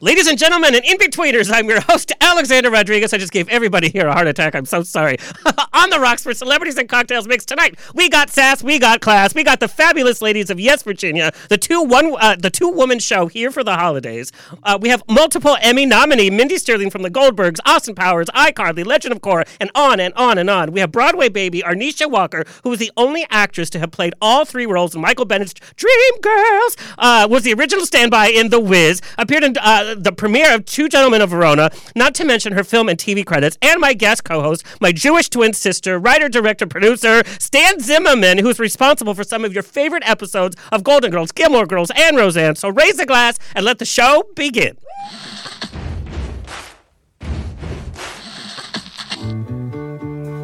Ladies and gentlemen, and in betweeners, I'm your host, Alexander Rodriguez. I just gave everybody here a heart attack. I'm so sorry. On the rocks for celebrities and cocktails mix tonight. We got sass, we got class, we got the fabulous ladies of Yes Virginia, the two one, uh, the two woman show here for the holidays. Uh, we have multiple Emmy nominee Mindy Sterling from the Goldbergs, Austin Powers, iCarly, Legend of Korra, and on and on and on. We have Broadway baby Arnisha Walker, who is the only actress to have played all three roles in Michael Bennett's Dream Girls. Uh, was the original standby in The Wiz, appeared in uh, the premiere of Two Gentlemen of Verona, not to mention her film and TV credits, and my guest co-host, my Jewish twin sister, writer, director, producer Stan Zimmerman, who's responsible for some of your favorite episodes of Golden Girls, Gilmore Girls, and Roseanne. So raise a glass and let the show begin.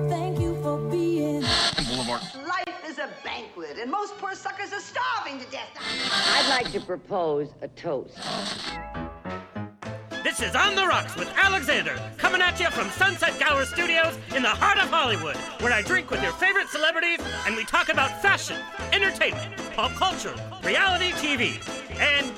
Thank you for being. Life is a banquet, and most poor suckers are starving to death. I'd like to propose a toast. This is On the Rocks with Alexander, coming at you from Sunset Gower Studios in the heart of Hollywood, where I drink with your favorite celebrities and we talk about fashion, entertainment, pop culture, reality TV, and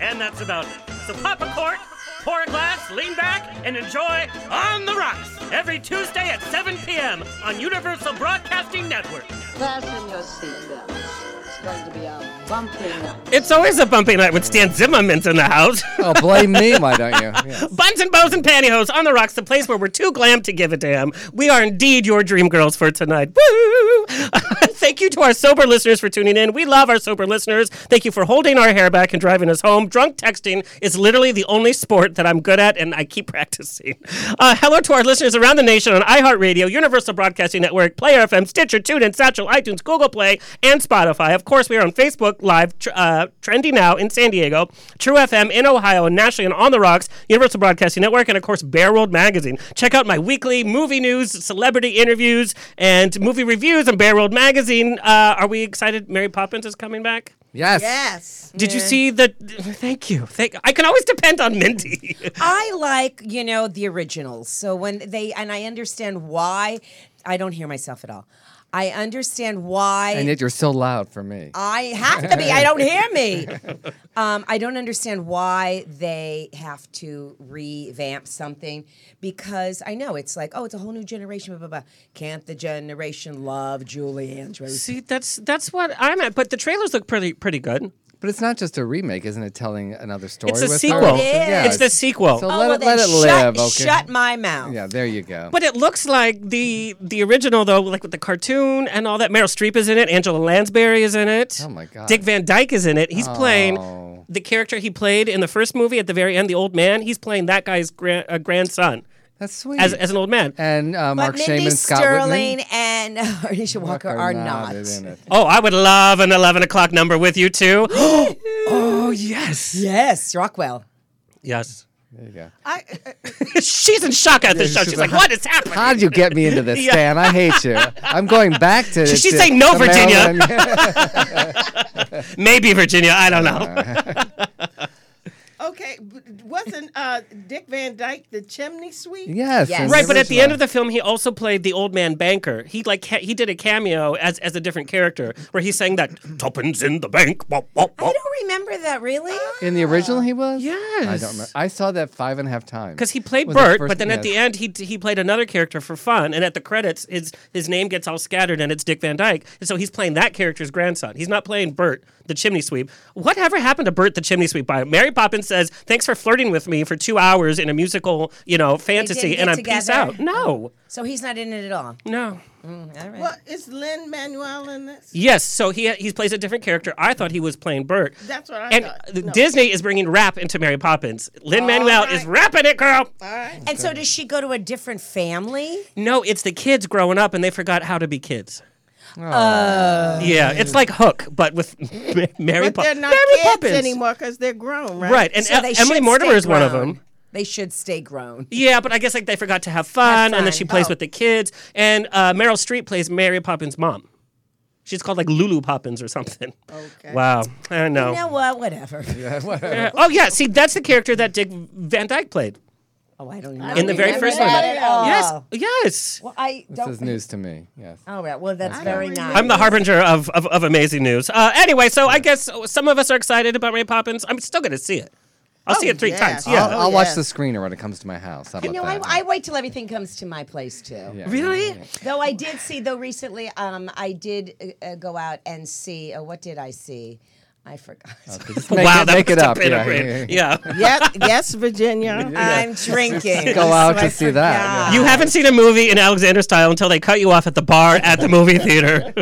and that's about it. So pop a cork, pour a glass, lean back, and enjoy On the Rocks every Tuesday at 7 p.m. on Universal Broadcasting Network. Fasten your seatbelts. It's going to be a bumpy night. It's always a bumpy night with Stan Zimmerman's in the house. Oh, blame me, why don't you? Yeah. Buns and bows and pantyhose on the rocks, the place where we're too glam to give a damn. We are indeed your dream girls for tonight. Woo! Thank you to our sober listeners for tuning in. We love our sober listeners. Thank you for holding our hair back and driving us home. Drunk texting is literally the only sport that I'm good at, and I keep practicing. Uh, hello to our listeners around the nation on iHeartRadio, Universal Broadcasting Network, Player FM, Stitcher, TuneIn, Satchel, iTunes, Google Play, and Spotify. Of course, we are on Facebook Live, tr- uh, Trendy Now in San Diego, True FM in Ohio, and nationally on On the Rocks, Universal Broadcasting Network, and of course, Bear World Magazine. Check out my weekly movie news, celebrity interviews, and movie reviews on Bear World Magazine. Uh, are we excited? Mary Poppins is coming back. Yes. Yes. Did you see the? Thank you. Thank. I can always depend on Mindy. I like, you know, the originals. So when they and I understand why I don't hear myself at all. I understand why And yet you're so loud for me. Uh, I have to be. I don't hear me. Um, I don't understand why they have to revamp something because I know it's like, oh, it's a whole new generation. Blah, blah, blah. Can't the generation love Julie Andrews? see, that's that's what I'm at. But the trailers look pretty pretty good. But it's not just a remake, isn't it? Telling another story. It's a with sequel. Her? It is. Yeah, It's the sequel. So let Oh, well, it then let it shut, live. Okay. Shut my mouth. Yeah, there you go. But it looks like the the original though, like with the cartoon and all that. Meryl Streep is in it. Angela Lansbury is in it. Oh, my God. Dick Van Dyke is in it. He's playing Oh. the character he played in the first movie at the very end, the old man. He's playing that guy's gran- uh, grandson That's sweet. as, as an old man. and uh, But Mark Mindy Shaman, Scott Sterling Whitman. and Anisha Walker, are not. in it. Oh, I would love an eleven o'clock number with you too. oh yes, Yes, Rockwell. yes. There you go. I, uh, she's in shock at this Yeah, show. she's She's like, like, "What is happening?" How would you get me into this, Yeah. Stan? I hate you. I'm going back to. Should she to- say no, to Virginia? Maryland. Maybe Virginia. I don't know. Okay, b- wasn't uh, Dick Van Dyke the chimney sweep? yes. Yes. in Right, but at the end of original. the film, he also played the old man banker. He like ca- he did a cameo as as a different character where he sang that tuppence in the bank. Wop, wop, I wop. don't remember that really. In the original, he was. Yes. I don't. Remember. I saw that five and a half times. Because he played Was the Bert, first- but then at yes. the end he he played another character for fun, and at the credits his his name gets all scattered, and it's Dick Van Dyke, and so he's playing that character's grandson. He's not playing Bert the chimney sweep. Whatever happened to Bert the chimney sweep? By Mary Poppins says, "Thanks for flirting with me for two hours in a musical, you know, fantasy, didn't and get I'm peace together? out." No, So he's not in it at all. no. All right. Well, is Lynn Manuel in this? Yes, so he he plays a different character. I thought he was playing Bert. That's what I and thought. th- No. Disney is bringing rap into Mary Poppins. Lin Manuel right. is rapping it, girl. All right. and so does she go to a different family? No, it's the kids growing up and they forgot how to be kids. Yeah, it's like Hook, but with Ma- Mary, Oh. But Pop- they're not Mary kids Poppins anymore because they're grown, right? Right, and So E- they Emily should Mortimer stay is one of grown. them. They should stay grown. Yeah, but I guess like they forgot to have fun, and then fun. she plays Oh. with the kids. And uh, Meryl Streep plays Mary Poppins' mom. She's called like Lulu Poppins or something. Okay. Wow, I know. You know what? Whatever. Uh, oh yeah, see that's the character that Dick Van Dyke played. Oh, I don't know. in the very remember first that one. at all. Yes, yes. Oh. Well, I This don't. is news to me. Yes. Oh, All right. Well, that's very remember. nice. I'm the harbinger of, of, of amazing news. Uh, anyway, so I guess some of us are excited about Ray Poppins. I'm still going to see it. I'll see Oh, it three yes. times. Oh, Yeah. I'll, I'll watch yes. the screener when it comes to my house. How You about know, I, that? I wait till everything comes to my place too. Yeah. Really? Though I did see, though recently, um, I did uh, uh, go out and see. Uh, what did I see? I forgot. Oh, Just make wow, it, that make must it have up. been a Yeah, great- yeah, yeah. yeah. Yep. Yes, Virginia. I'm drinking. Go out I to see that. forgot. You haven't seen a movie in Alexander style until they cut you off at the bar at the movie theater.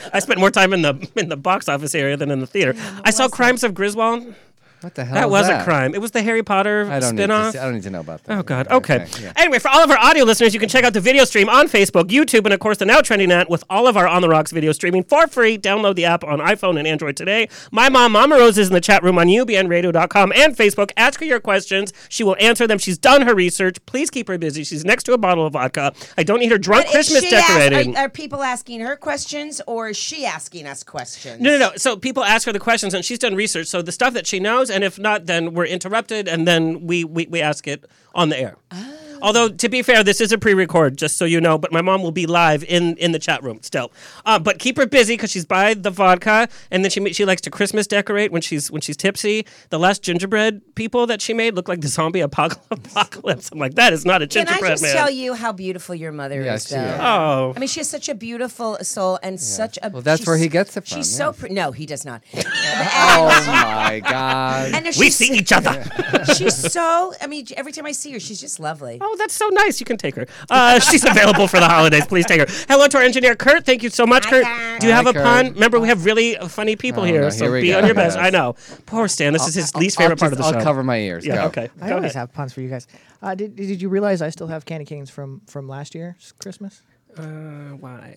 I spent more time in the in the box office area than in the theater. I saw Crimes of Griswold. What the hell? That is was that? a crime. It was the Harry Potter I don't need to. spin-off. See, I don't need to know about that. Oh God. Okay. yeah. Anyway, for all of our audio listeners, you can check out the video stream on Facebook, YouTube, and of course the Now Trending app with all of our On the Rocks video streaming for free. Download the app on iPhone and Android today. My mom, Mama Rose, is in the chat room on UBNRadio.com and Facebook. Ask her your questions. She will answer them. She's done her research. Please keep her busy. She's next to a bottle of vodka. I don't need her drunk But is Christmas she ask- decorating. are, are people asking her questions, or is she asking us questions? no, no, no. So people ask her the questions, and she's done research. So the stuff that she knows, and if not, then we're interrupted, and then we we, we ask it on the air. Oh. Although to be fair, this is a pre-record, just so you know. But my mom will be live in in the chat room still. Uh, but keep her busy because she's by the vodka, and then she ma- she likes to Christmas decorate when she's when she's tipsy. The last gingerbread people that she made look like the zombie apocalypse. apocalypse. I'm like, that is not a Can I gingerbread just man. tell you how beautiful your mother Yeah, is, she though? is. oh, I mean, she has such a beautiful soul and such a. Well, that's she's- where he gets it from, She's yeah. so pretty. No, he does not. Oh my God. And if we've she's- seen each other. She's so. I mean, every time I see her, she's just lovely. Oh, that's so nice. You can take her. Uh, she's available for the holidays. Please take her. Hello to our engineer, Kurt. Thank you so much, Hi, Kurt. Kurt. Do you Hi, have a Kurt. pun? Remember, we have really funny people Oh, here, no, so here we be go. on your Yes. best. I know. Poor Stan. This is his least I'll favorite part of the just- show. I'll cover my ears. Yeah, Go. okay. I Go always ahead. have puns for you guys. Uh, did, did you realize I still have candy canes from from last year's Christmas? Why?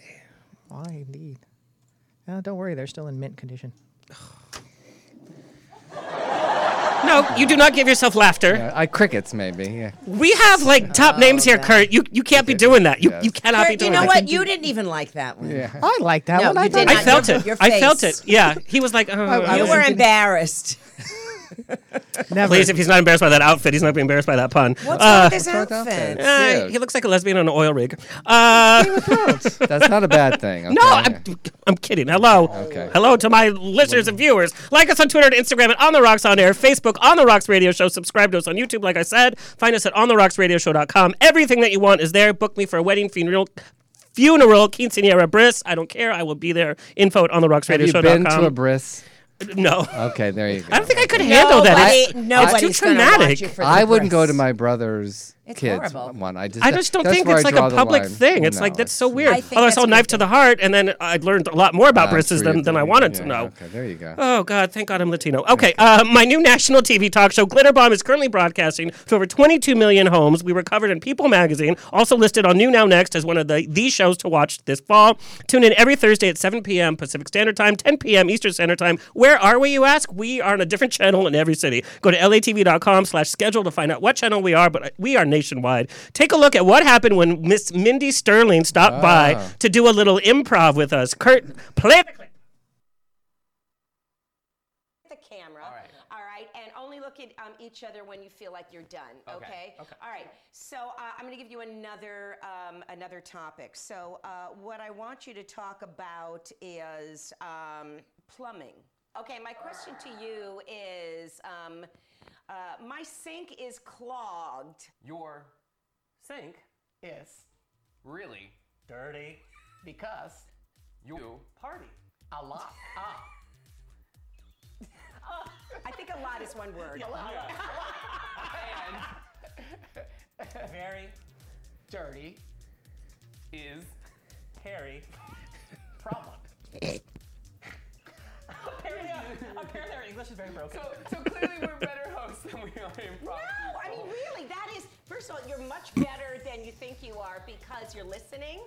Why indeed? Uh, don't worry, they're still in mint condition. No, you do not give yourself laughter. Yeah, I crickets maybe. Yeah. We have like top names here, Kurt. You you can't be doing that. You Yes. you cannot be Kurt, you doing know that. what? You didn't even like that one. Yeah. I like that No, one. I you thought- did I not. felt Your- it. your I felt face. it. Yeah, he was like, oh, I You was yeah. were thinking- embarrassed. Never. please. If he's not embarrassed by that outfit, he's not being embarrassed by that pun. What's Uh, wrong with his What's wrong with outfit? that? uh, Cute. he looks like a lesbian on an oil rig. Uh, That's not a bad thing. Oh, Okay? No, I'm, I'm kidding. Hello. Okay. Hello to my listeners and viewers. Like us on Twitter and Instagram at On The Rocks On Air, Facebook, On The Rocks Radio Show. Subscribe to us on YouTube, like I said. Find us at OnTheRocksRadioShow.com. Everything that you want is there. Book me for a wedding, funeral, funeral, quinceanera, bris. I don't care. I will be there. Info at Have you been to a OnTheRocksRadioShow.com. bris? Uh, No. Okay, there you go. I don't think I could handle that. It's- Nobody- nobody's it's too gonna traumatic. want you for I the wouldn't go press. to my brother's It's kids horrible. one. I just I just don't that's think where it's I like draw a the public line. thing. It's No, like that's so weird. I think Although I that's saw a good Knife to thing. the Heart, and then I learned a lot more about I'm Brisses sure you than, than I did. wanted to Yeah, know. Okay, there you go. Oh God! Thank God I'm Latino. Okay, uh, my new national TV talk show, Glitter Bomb, is currently broadcasting to over 22 million homes. We were covered in People Magazine, also listed on New Now Next as one of the the shows to watch this fall. Tune in every Thursday at 7 p.m. Pacific Standard Time, 10 p.m. Eastern Standard Time. Where are we, you ask? We are on a different channel in every city. Go to latv.com/schedule to find out what channel we are, but uh, we are nationwide. Take a look at what happened when Miss Mindy Sterling stopped by to do a little improv with us. Kurt, play the clip. the camera. All right. and only look at um, each other when you feel like you're done. Okay. Okay. All right. So uh, I'm going to give you another um, another topic. So uh, what I want you to talk about is um, plumbing. Okay. My question to you is, um, uh, my sink is clogged. Your sink is really dirty because you party a lot. Ah, I think a lot is one word. very dirty is Harry problem. apparently, uh, apparently, our English is very broken. So, so clearly, we're better hosts than we are improv. No, I mean, really, that is, first of all, you're much better than you think you are because you're listening.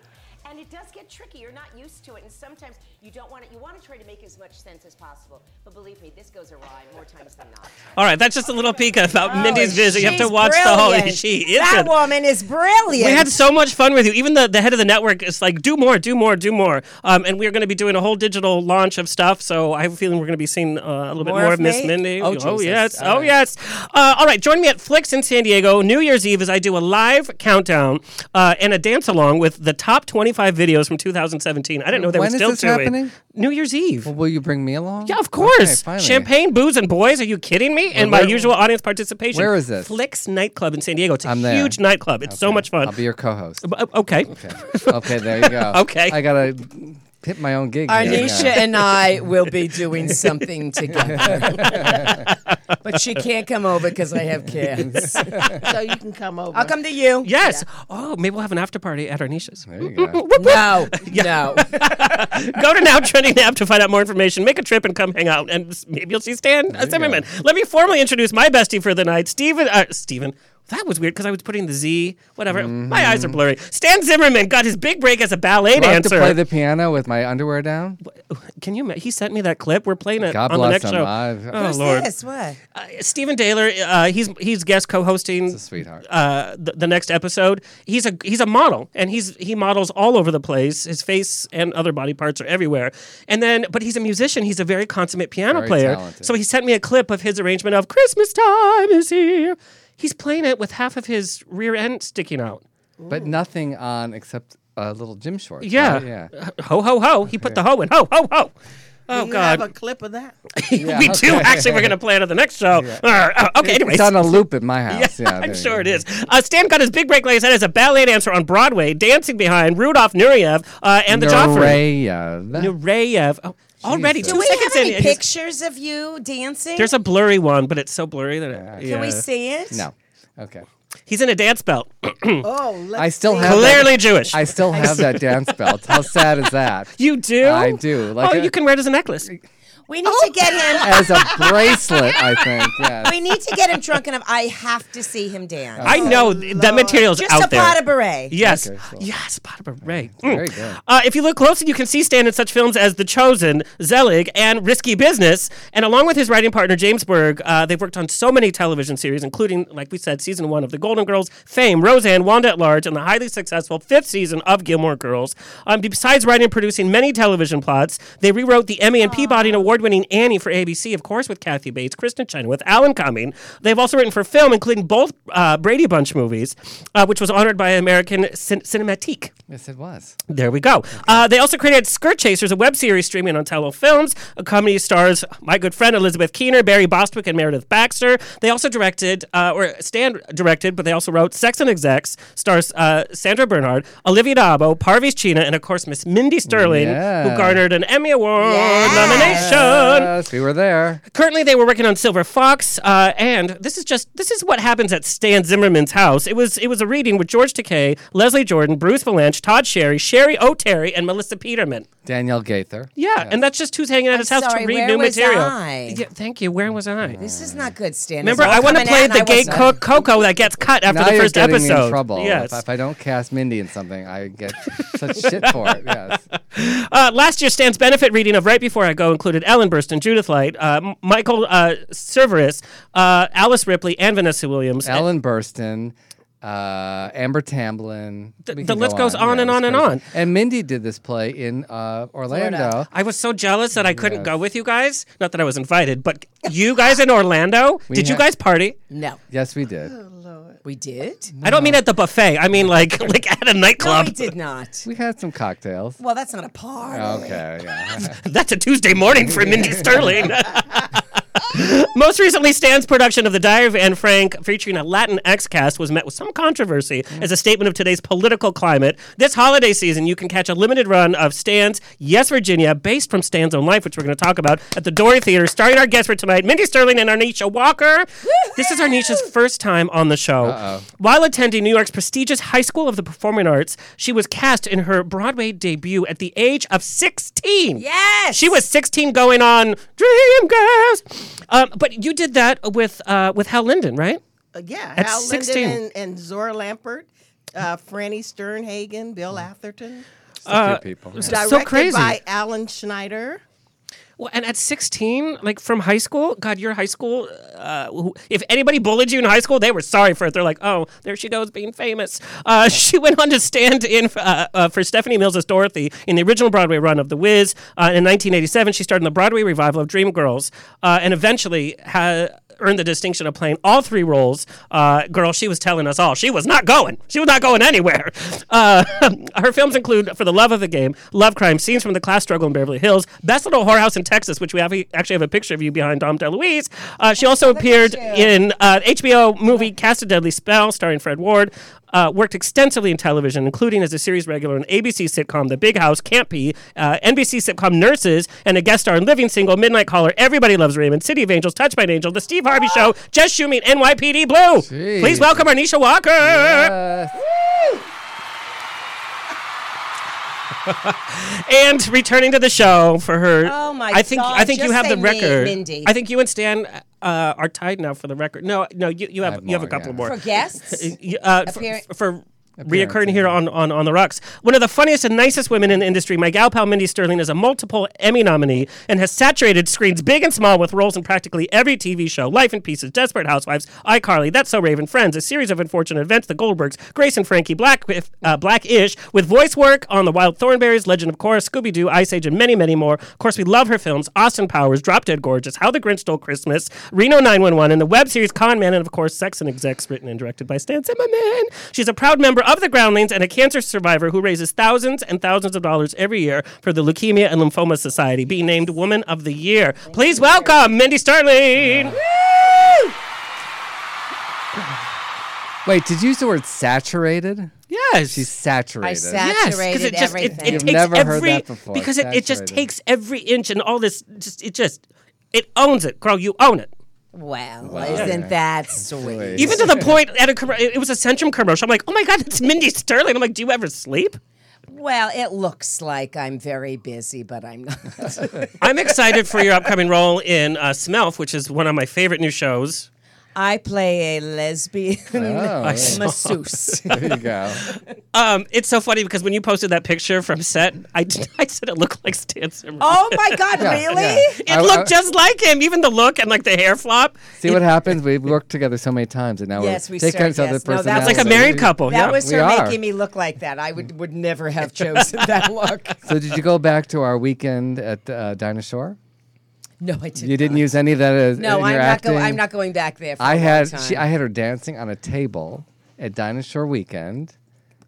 And it does get tricky. You're not used to it. And sometimes you don't want to, you want to try to make as much sense as possible. But believe me, this goes awry more times than not. All right, that's just a little peek about Oh, Mindy's vision. You have to She's watch the whole. brilliant. She is. that good. woman is brilliant. We had so much fun with you. Even the, the head of the network is like, do more, do more, do more. Um, and we're going to be doing a whole digital launch of stuff. So I have a feeling we're going to be seeing uh, a little More bit more of of Miss me? Mindy. Oh, Jesus. yes. All oh, right. yes. Uh, all right. Join me at Flicks in San Diego, New Year's Eve, as I do a live countdown uh, and a dance along with the top 25 25 videos from 2017. I didn't know they When were is still this doing. happening? New Year's Eve. Will you bring me along? Yeah, of Okay, course. finally. Champagne, booze, and boys. Are you kidding me? And my usual audience participation. Where is this? Flicks Nightclub in San Diego. It's a I'm there. huge nightclub. It's so much fun. I'll be your co-host. B- uh, okay. Okay, there you go. Okay. I gotta hit my own gig. here Arnisha now. and I will be doing something together. but she can't come over because I have kids. so you can come over. I'll come to you. Yes. Oh, maybe we'll have an after party at our niches. There you go. No, no. Go to Now Trending app to find out more information. Make a trip and come hang out, and s- maybe you'll see Stan uh, Zimmerman. Let me formally introduce my bestie for the night, Steven. Uh, Steven. That was weird because I was putting the Z, whatever. Mm-hmm. My eyes are blurry. Stan Zimmerman got his big break as a ballet Love to dancer. play the piano with my underwear down. Can you? ma- He sent me that clip. We're playing it God on the bless next him. show. I've- oh Who's Lord, this? What? uh, Stephen Daler. Uh, he's he's guest co-hosting. Sweetheart. Uh, the, the next episode, he's a he's a model, and he's he models all over the place. His face and other body parts are everywhere. And then, but he's a musician. He's a very consummate piano Very player. talented. So he sent me a clip of his arrangement of "Christmas Time Is Here." He's playing it with half of his rear end sticking out. But nothing on except a little gym shorts. right? Yeah. Yeah. Ho ho ho! He put the ho in. Ho ho ho! Oh you God! have a clip of that. we do actually. We're going to play it on the next show. Uh, uh, okay, anyways. It's on a loop at my house. Yeah, there I'm you sure go. it is. Uh, Stan got his big break, like I said, as a ballet dancer on Broadway, dancing behind Rudolph Nureyev uh, and the Joffrey. Nureyev. Nureyev. Oh, already Jesus. two Do we seconds have any in. it is- pictures of you dancing? There's a blurry one, but it's so blurry that it, Can we yeah. see it? No. Okay. he's in a dance belt. Oh, let's I still see. have that- Clearly Jewish. I still have that dance belt. How sad is that? you do? I do. Like oh, a- you can wear it as a necklace. We need to get him. As a bracelet, I think. Yes. We need to get him drunk enough. I have to see him dance. I know th- that material's Just out a there. pot of beret. Yes. Okay, cool. Yes, Barbara Ray. Very good. Uh, if you look closely, you can see Stan in such films as The Chosen, Zelig, and Risky Business. And along with his writing partner, James Berg, uh, they've worked on so many television series, including, like we said, season one of The Golden Girls, Fame, Roseanne, Wanda at Large, and the highly successful fifth season of Gilmore Girls. Um, besides writing and producing many television plots, they rewrote the Emmy and Peabody and award winning Annie for ABC, of course, with Kathy Bates, Kristen Chenoweth, Alan Cumming. They've also written for film, including both uh, Brady Bunch movies, uh, which was honored by American Cin- Cinematique. Yes, it was. There we go. Uh, they also created Skirt Chasers, a web series streaming on Tello Films. A comedy stars my good friend Elizabeth Keener, Barry Bostwick, and Meredith Baxter. They also directed, uh, or Stan directed, but they also wrote Sex and Execs, stars uh, Sandra Bernhard, Olivia Dabo, Parviz Chena, and of course Miss Mindy Sterling, who Yeah. garnered an Emmy Award Yes. nomination. Yes, we were there. Currently, they were working on Silver Fox, uh, and this is just this is what happens at Stan Zimmerman's house. It was it was a reading with George Takei, Leslie Jordan, Bruce Valanche, Todd Sherry, Sherry O'Terry, and Melissa Peterman. Daniel Gaither. Yeah, and that's just who's hanging at his house sorry, to read where new was material. I? Yeah, thank you. Where was I? This is not good, Stan. Remember, I want to play the gay cook Coco that gets cut after now the first you're getting episode. me in trouble. Yes. If, if I don't cast Mindy in something, I get such shit for it. Yes. Uh, last year, Stan's benefit reading of Right Before I Go included Ellen Burstyn, Judith Light, uh, M- Michael uh, Cerveris, uh, Alice Ripley, and Vanessa Williams. Ellen Burstyn, uh, Amber Tamblyn. The- We the can list go goes on and Yeah, it was on and crazy. on. And Mindy did this play in uh, Orlando. I was so jealous that I couldn't go with you guys. Not that I was invited, but you guys in Orlando, We did you had- guys party? No, Yes, we did. Oh. we did. I don't mean at the buffet. I mean like like at a No, nightclub. we did not. We had some cocktails. Well, that's not a party. Okay, yeah. That's a Tuesday morning for Mindy Sterling. Most recently, Stan's production of The Diary of Anne Frank, featuring a Latin X cast, was met with some controversy as a statement of today's political climate. This holiday season, you can catch a limited run of Stan's Yes, Virginia, based from Stan's Own Life, which we're going to talk about at the Dory Theater, starring our guest for tonight, Mindy Sterling and Arnisha Walker. This is Arnisha's first time on the show. While attending New York's prestigious High School of the Performing Arts, she was cast in her Broadway debut at the age of 16. Yes. She was 16 going on Dream Girls. Um, but you did that with uh, with Hal Linden, right? Uh, yeah, At Hal 16. Linden and, and Zora Lampert, uh, Franny Sternhagen, Bill Atherton. Just a Uh, few people. yeah. so Directed crazy. by Alan Schneider. Well, and at 16, like from high school, God, your high school, uh, who- if anybody bullied you in high school, they were sorry for it. They're like, oh, there she goes being famous. Uh, she went on to stand in uh, uh, for Stephanie Mills as Dorothy in the original Broadway run of The Wiz. Uh, in 1987, she starred in the Broadway revival of Dreamgirls uh, and eventually had. earned the distinction of playing all three roles. Uh, girl, she was telling us all she was not going. She was not going anywhere. Uh, her films include For the Love of the Game, Love Crime, Scenes from the Class Struggle in Beverly Hills, Best Little Whorehouse in Texas, which we have, actually have a picture of you behind Dom DeLuise. Uh, she also appeared in uh, HBO movie Cast a Deadly Spell, starring Fred Ward. Uh, worked extensively in television, including as a series regular in ABC sitcom The Big House, Campy, uh, NBC sitcom Nurses, and a guest star in Living Single, Midnight Caller, Everybody Loves Raymond, City of Angels, Touched by an Angel, The Steve Harvey Show, Just Shoot Me, and NYPD Blue. Please welcome Arnisha Walker. And returning to the show for her, Oh my I think God, I think you just have the say me, record. Mindy. I think you and Stan uh, are tied now for the record. No, no, you, you have, have you have a more, couple yeah. more For guests? y- uh, f- Appear- f- for reoccurring here on, on, on The Rocks. One of the funniest and nicest women in the industry, my gal pal Mindy Sterling is a multiple Emmy nominee and has saturated screens big and small with roles in practically every TV show Life in Pieces, Desperate Housewives, iCarly, That's So Raven, Friends, A Series of Unfortunate Events, The Goldbergs, Grace and Frankie, Black, uh, Black-ish, with voice work on The Wild Thornberries, Legend of Korra, Scooby-Doo, Ice Age, and many, many more. Of course, we love her films, Austin Powers, Drop Dead Gorgeous, How the Grinch Stole Christmas, Reno 911, and the web series Con Man, and of course, Sex and Execs, written and directed by Stan Zimmerman. She's a proud member of the Groundlings and a cancer survivor who raises thousands and thousands of dollars every year for the Leukemia and Lymphoma Society, being named Woman of the Year. Please welcome Mindy Starling. Wait, did you use the word saturated? Yes. She's saturated. I Yes, saturated it just it, everything. it You've takes never heard every that before, because it, it just saturated. takes every inch and all this just it just it owns it, girl. You own it. well, isn't that sweet? Even to the point at a commer- it it was a Centrum commercial. I'm like, oh my god, it's Mindy Sterling. I'm like, do you ever sleep? Well, it looks like I'm very busy, but I'm not. I'm excited for your upcoming role in uh, Smelf, which is one of my favorite new shows. I play a lesbian Oh, masseuse. there you go. Um, it's so funny because when you posted that picture from set, I, I said it looked like Stan Zimmerman. oh my God, really? It looked just like him, even the look and like the hair flop. See what happens? We've worked together so many times, and now Yes, we we're taking start- on each other's yes. No, that's- It's like a married couple. That Oh, yeah. was we her are. making me look like that. I would would never have chosen that look. So, did you go back to our weekend at uh, Dinosaur? No, I didn't. You didn't use any of that as No, in I'm your not. acting? Go- I'm not going back there. For a I long had time. she, I had her dancing on a table at Dinosaur Weekend.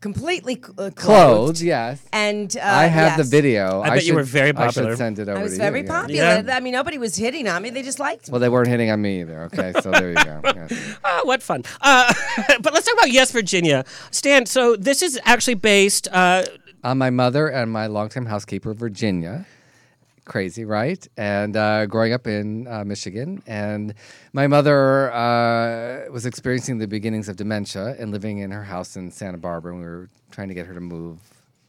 completely cl- uh, Clothes, yes. And uh, I have the yes. video. I bet you should- were very I popular. should send it over I was to very you. yeah. popular. Yeah. I mean, nobody was hitting on me. They just liked me. Well, they weren't hitting on me either. Okay, so there you go. Yes. Oh, what fun. Uh, but let's talk about Yes, Virginia. Stan, so this is actually based. Uh, on my mother and my longtime housekeeper, Virginia. Crazy, right? And uh, growing up in uh, Michigan, and my mother uh, was experiencing the beginnings of dementia and living in her house in Santa Barbara. And we were trying to get her to move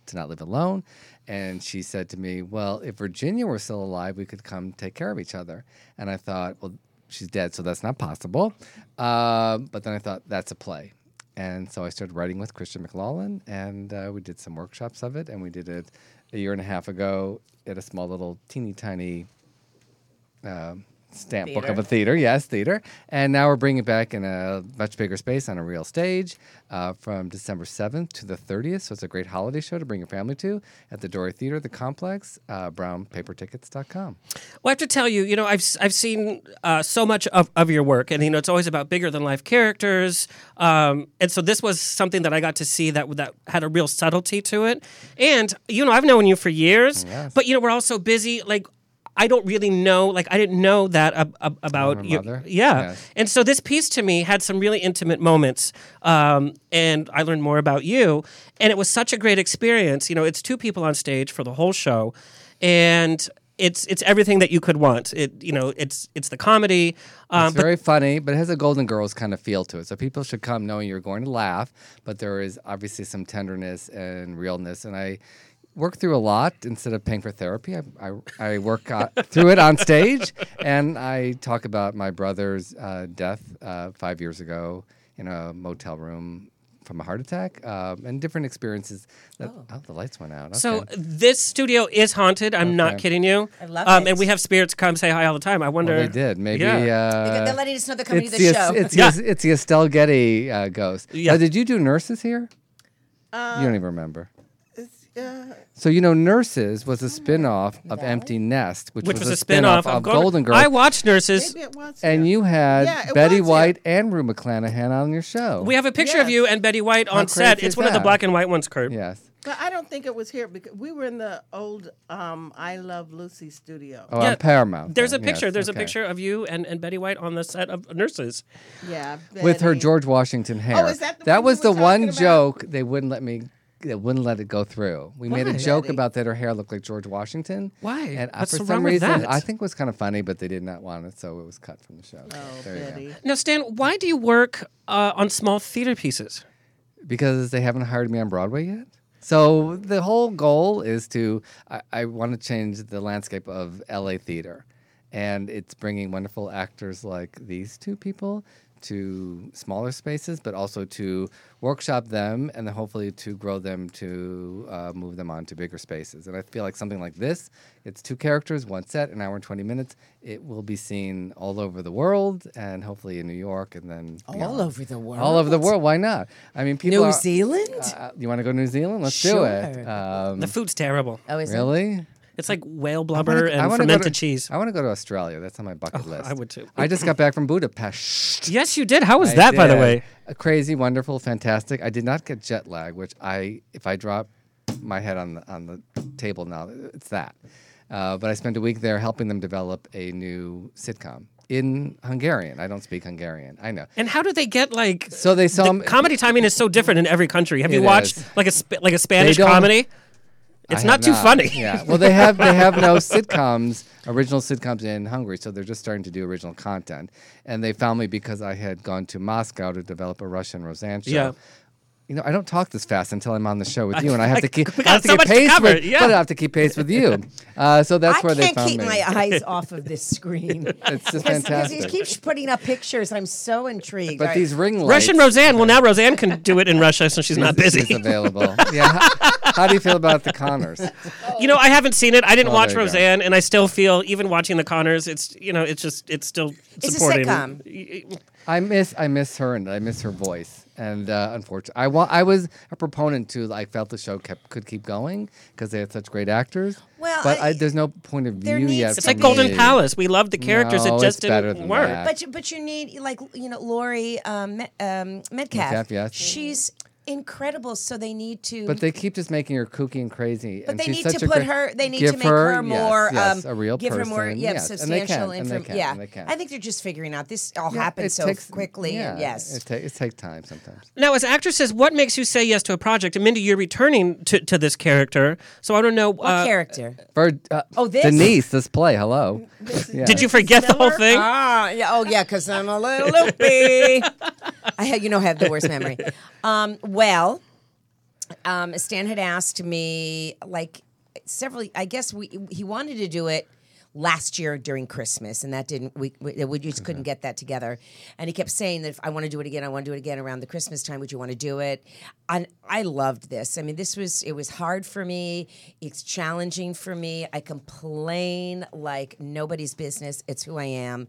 to not live alone. And she said to me, Well, if Virginia were still alive, we could come take care of each other. And I thought, Well, she's dead, so that's not possible. Uh, but then I thought, That's a play. And so I started writing with Christian McLaughlin, and uh, we did some workshops of it, and we did it a year and a half ago at a small little teeny tiny um, stamp book of a theater. Yes, theater. And now we're bringing it back in a much bigger space on a real stage uh, from December 7th to the 30th. So it's a great holiday show to bring your family to at the Dory Theater, the complex, uh, brownpapertickets.com. well, I have to tell you, you know, I've, s- I've seen uh, so much of, of your work, and, you know, it's always about bigger than life characters. Um, and so this was something that I got to see that, that had a real subtlety to it. And, you know, I've known you for years, but, you know, we're all so busy. Like, I don't really know, like, I didn't know that ab- ab- about you. mother? Yeah. Yes. And so this piece to me had some really intimate moments, um, and I learned more about you. And it was such a great experience. You know, it's two people on stage for the whole show, and it's it's everything that you could want. It you know it's it's the comedy. Um, It's very funny, but it has a Golden Girls kind of feel to it. So people should come knowing you're going to laugh, but there is obviously some tenderness and realness. And I work through a lot instead of paying for therapy. I, I, I work uh, through it on stage, and I talk about my brother's uh, death uh, five years ago in a motel room from a heart attack um, and different experiences. That, oh. the lights went out. so uh, Okay. this studio is haunted. I'm not kidding you. I love um, it. And we have spirits come say hi all the time. I wonder. Well, they did. Maybe. Yeah. Uh, They're letting us know they're coming to it's the the, show. It's, Yeah. the, it's the Estelle Getty uh, ghost. Yeah. Um, Now, did you do nurses here? you don't even remember. Yeah. So you know, Nurses was a spin-off Mm, of Empty Nest, which, Which was, was, a spin-off spinoff of of Golden Girls. I watched Nurses. Maybe it was. and you had Yeah, it Betty was it. White and Rue McClanahan on your show. We have a picture of Yes. you and Betty White on crazy set. is It's one of the that? black and white ones, Kurt. yes. But I don't think it was here because we were in the old um, I Love Lucy studio. Oh, Yeah, on Paramount. There's a then. Yes, picture. There's okay. a picture of you and, and Betty White on the set of Nurses. Yeah. with her Betty. George Washington hair. Oh, is that the one you was were the talking one about? joke they wouldn't let me. They wouldn't let it go through. We made a Why? joke Betty. about that her hair looked like George Washington. Why? And I, What's for so some wrong with reason, that? I think it was kind of funny, but they did not want it, so it was cut from the show. Oh, There you go. Betty. Now, Stan, why do you work uh, on small theater pieces? Because they haven't hired me on Broadway yet. So the whole goal is to I, I want to change the landscape of LA theater, and it's bringing wonderful actors like these two people to smaller spaces, but also to workshop them and then hopefully to grow them to uh, move them on to bigger spaces. And I feel like something like this, it's two characters, one set, an hour and twenty minutes. It will be seen all over the world and hopefully in New York and then All beyond. over the world. All over the world. Why not? I mean, people. New are- Zealand? Uh, you want to go to New Zealand? Let's do Sure. it. Um, The food's terrible. oh, is it? really? It's like whale blubber I and wanna fermented go to, cheese. Oh, I want to go to Australia. That's on my bucket list. I would too. I just got back from Budapest. Yes, you did. How was I that, by the did. way? A crazy, wonderful, fantastic. I did not get jet lag, which I, if I drop my head on the on the table now, it's that. Uh, but I spent a week there helping them develop a new sitcom in Hungarian. I don't speak Hungarian. I know. And how do they get like? So um, they saw the me- comedy timing is so different in every country. Have you It watched is. like a sp- like a Spanish don't- comedy? It's I not have too funny. Yeah. Well, they have they have no sitcoms, original sitcoms in Hungary, so they're just starting to do original content. And they found me because I had gone to Moscow to develop a Russian Roseanne show. Yeah. You know, I don't talk this fast until I'm on the show with you, and I have to keep we I got have to so keep much to pace cover, with, yeah. but I have to keep pace with you. Uh, so that's I where they can't found keep me. my eyes off of this screen. It's just Because he fantastic. keeps putting up pictures. I'm so intrigued. but All right. these ring lights, Russian Roseanne. Well, now Roseanne can do it in Russia since she's not busy. is available. yeah. How, how do you feel about the Connors? You know, I haven't seen it. I didn't Oh, watch there you go. Roseanne, and I still feel even watching the Connors. It's you know, it's just it's still It's a supporting. sitcom. Y- y- I miss I miss her and I miss her voice. And uh, unfortunately, I wa- I was a proponent to. I felt the show kept could keep going because they had such great actors. Well, but I, I- there's no point of there view needs yet. to It's for like Golden me. Palace. We loved the characters. No, it just it's better didn't than work. that. But you, but you need like you know Lori um, Me- um, Metcalf. Metcalf, yes. She's incredible. So they need to. But they keep just making her kooky and crazy. But and they she's need such to a put great- her. They need give to make her, yes, more. yes, um, a real give her more. person, Yeah, yes. And they substantial can, and they information. can, Yeah, and they can. I think they're just figuring out this all Yeah, happens it so takes- quickly. Yeah, and yes. it, ta- it takes time sometimes. Now, as actresses, what makes you say yes to a project? And Mindy, you're returning to, to this character, so I don't know. what uh, character? For, uh, Oh, this? Denise, this play. Hello. Yeah. Did you forget the whole thing? Ah, yeah. Oh, yeah. Because I'm a little loopy. I had, you know, I have the worst memory. Um, well, um, Stan had asked me like several. I guess we he wanted to do it last year during Christmas, and that didn't. We we, we just couldn't get that together. And he kept saying that if I want to do it again, I want to do it again around the Christmas time. Would you want to do it? And I loved this. I mean, this was it was hard for me. It's challenging for me. I complain like nobody's business. It's who I am,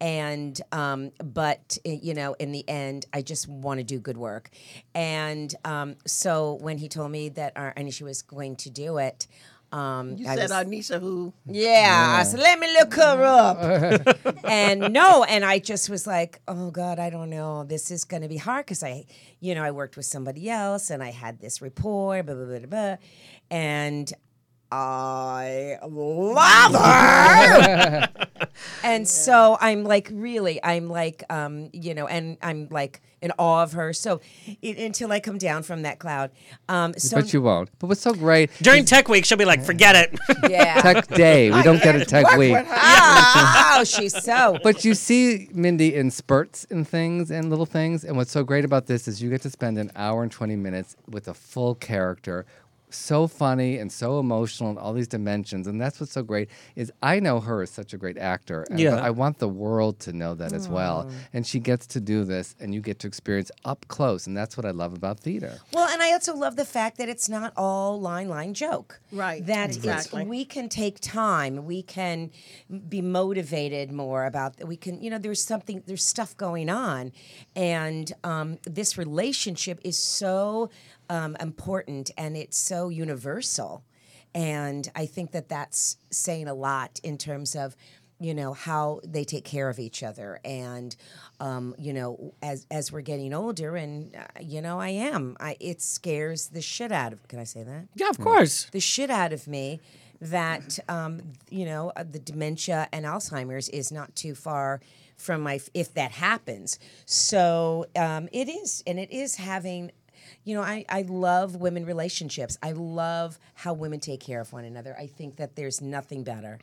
and um, but eh, you know, in the end, I just want to do good work. And um, so when he told me that our Anisha was going to do it, um, You I said was- Anisha who? yeah, I said, let me look her up. and no, and I just was like, oh God, I don't know. This is going to be hard because I, you know, I worked with somebody else and I had this rapport, blah, blah, blah, blah, blah. And I love her. and so I'm like, really, I'm like, um, you know, and I'm like in awe of her. So it, until I come down from that cloud. Um, so, But you won't. But what's so great? During Tech Week, she'll be like, "Forget it." yeah. Tech day. We don't get a tech week. oh, she's so. But you see Mindy in spurts and things and little things. And what's so great about this is you get to spend an hour and 20 minutes with a full character. So funny and so emotional in all these dimensions. And that's what's so great is I know her as such a great actor. And Yeah. but I want the world to know that as well. And she gets to do this and you get to experience up close. And that's what I love about theater. Well, and I also love the fact that it's not all line line joke. Right, That it's- exactly. we can take time. We can be motivated more about. We can, you know, there's something. There's stuff going on, and um, this relationship is so um, important and it's so universal. And I think that that's saying a lot in terms of, you know, how they take care of each other. And, um, you know, as, as we're getting older, and, uh, you know, I am, I, it scares the shit out of, can I say that? Yeah, of course. the shit out of me that um, you know uh, the dementia and Alzheimer's is not too far from my f- if that happens. So um, it is, and it is having. You know, I, I love women relationships. I love how women take care of one another. I think that there's nothing better.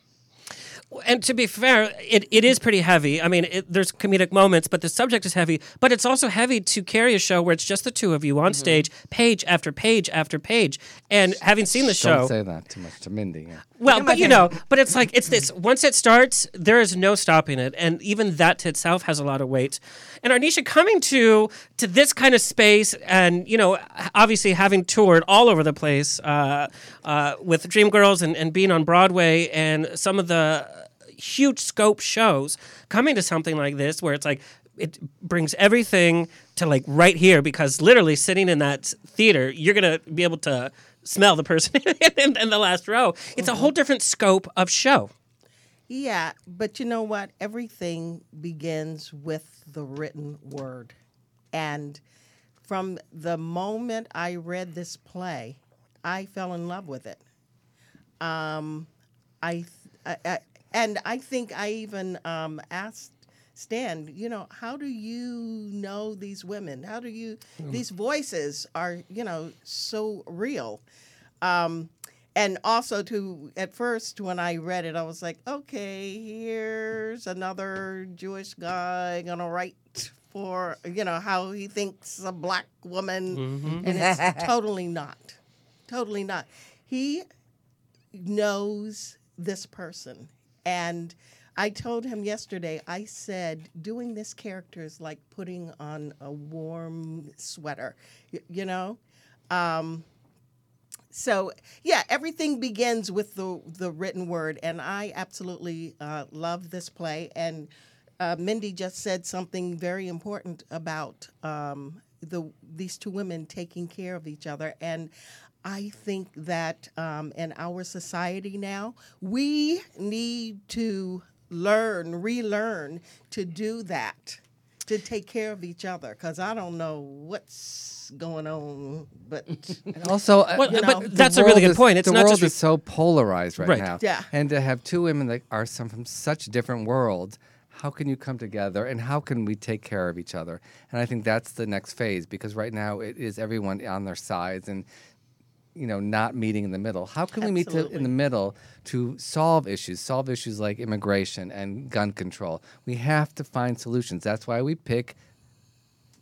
And to be fair, it, it is pretty heavy. I mean, it, there's comedic moments, but the subject is heavy. But it's also heavy to carry a show where it's just the two of Mm-hmm. you on stage, page after page after page. And having seen the Don't show, say that too much to Mindy. yeah. well, but you know, but it's like it's this. Once it starts, there is no stopping it, and even that to itself has a lot of weight. And Arnisha coming to to this kind of space, and you know, obviously having toured all over the place uh, uh, with Dreamgirls and and being on Broadway and some of the huge scope shows, coming to something like this where it's like it brings everything to like right here because literally sitting in that theater, you're gonna be able to smell the person in, in the last row. It's a whole different scope of show. Yeah, but you know what? Everything begins with the written word. And from the moment I read this play, I fell in love with it. Um, I, th- I, I and I think I even um, asked Stan, you know, how do you know these women? How do you these voices are, you know, so real? Um, and also to at first when I read it, I was like, okay, here's another Jewish guy gonna write for you know how he thinks a black woman, and it's totally not, totally not. He knows this person. And I told him yesterday, I said, doing this character is like putting on a warm sweater, y- you know? Um, so, yeah, everything begins with the, the written word. And I absolutely uh, love this play. And uh, Mindy just said something very important about um, the these two women taking care of each other. And I think that um, in our society now, we need to learn, relearn to do that, to take care of each other. Because I don't know what's going on, but And also, uh, Well, you but know, the that's a really world good is- point. It's the not world just re- is so polarized right, Right. now. Yeah. And to have two women that are some, from such different worlds, how can you come together and how can we take care of each other? And I think that's the next phase because right now it is everyone on their sides and you know not meeting in the middle. How can we meet to, in the middle to solve issues? Solve issues like immigration and gun control. We have to find solutions. That's why we pick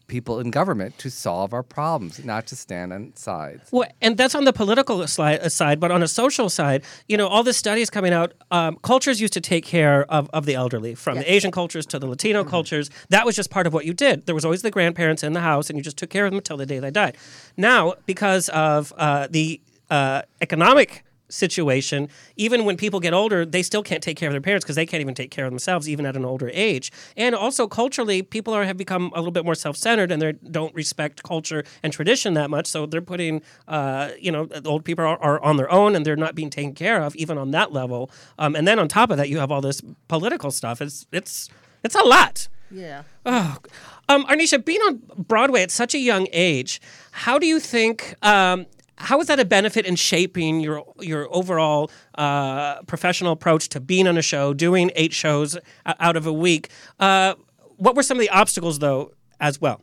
people in government to solve our problems, not to stand on sides. Well, and that's on the political sli- uh, side, but on a social side, you know, all this studies coming out, um, cultures used to take care of, of the elderly, from the Asian cultures to the Latino cultures. That was just part of what you did. There was always the grandparents in the house, and you just took care of them until the day they died. Now, because of uh, the uh, economic situation, even when people get older, they still can't take care of their parents because they can't even take care of themselves, even at an older age. And also culturally, people are, have become a little bit more self-centered and they don't respect culture and tradition that much. So they're putting, uh, you know, the old people are, are on their own and they're not being taken care of, even on that level. Um, and then on top of that, you have all this political stuff. It's it's it's a lot. yeah. Oh, um, Arnisha, being on Broadway at such a young age, how do you think? Um, how is that a benefit in shaping your your overall uh, professional approach to being on a show, doing eight shows o- out of a week? Uh, what were some of the obstacles, though, as well?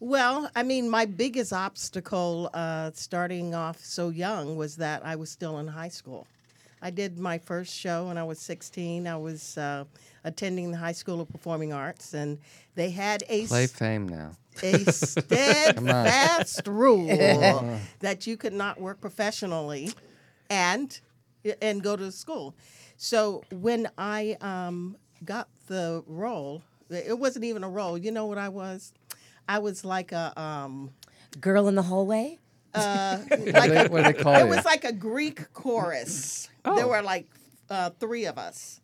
Well, I mean, my biggest obstacle uh, starting off so young was that I was still in high school. I did my first show when I was 16. I was uh, attending the High School of Performing Arts, and they had a, Play s- fame now. a steadfast rule that you could not work professionally and and go to school. So when I um, got the role, it wasn't even a role. You know what I was? I was like a um, Girl in the hallway. What do they, what do they call it you? was like a Greek chorus. Oh. There were like uh, three of us,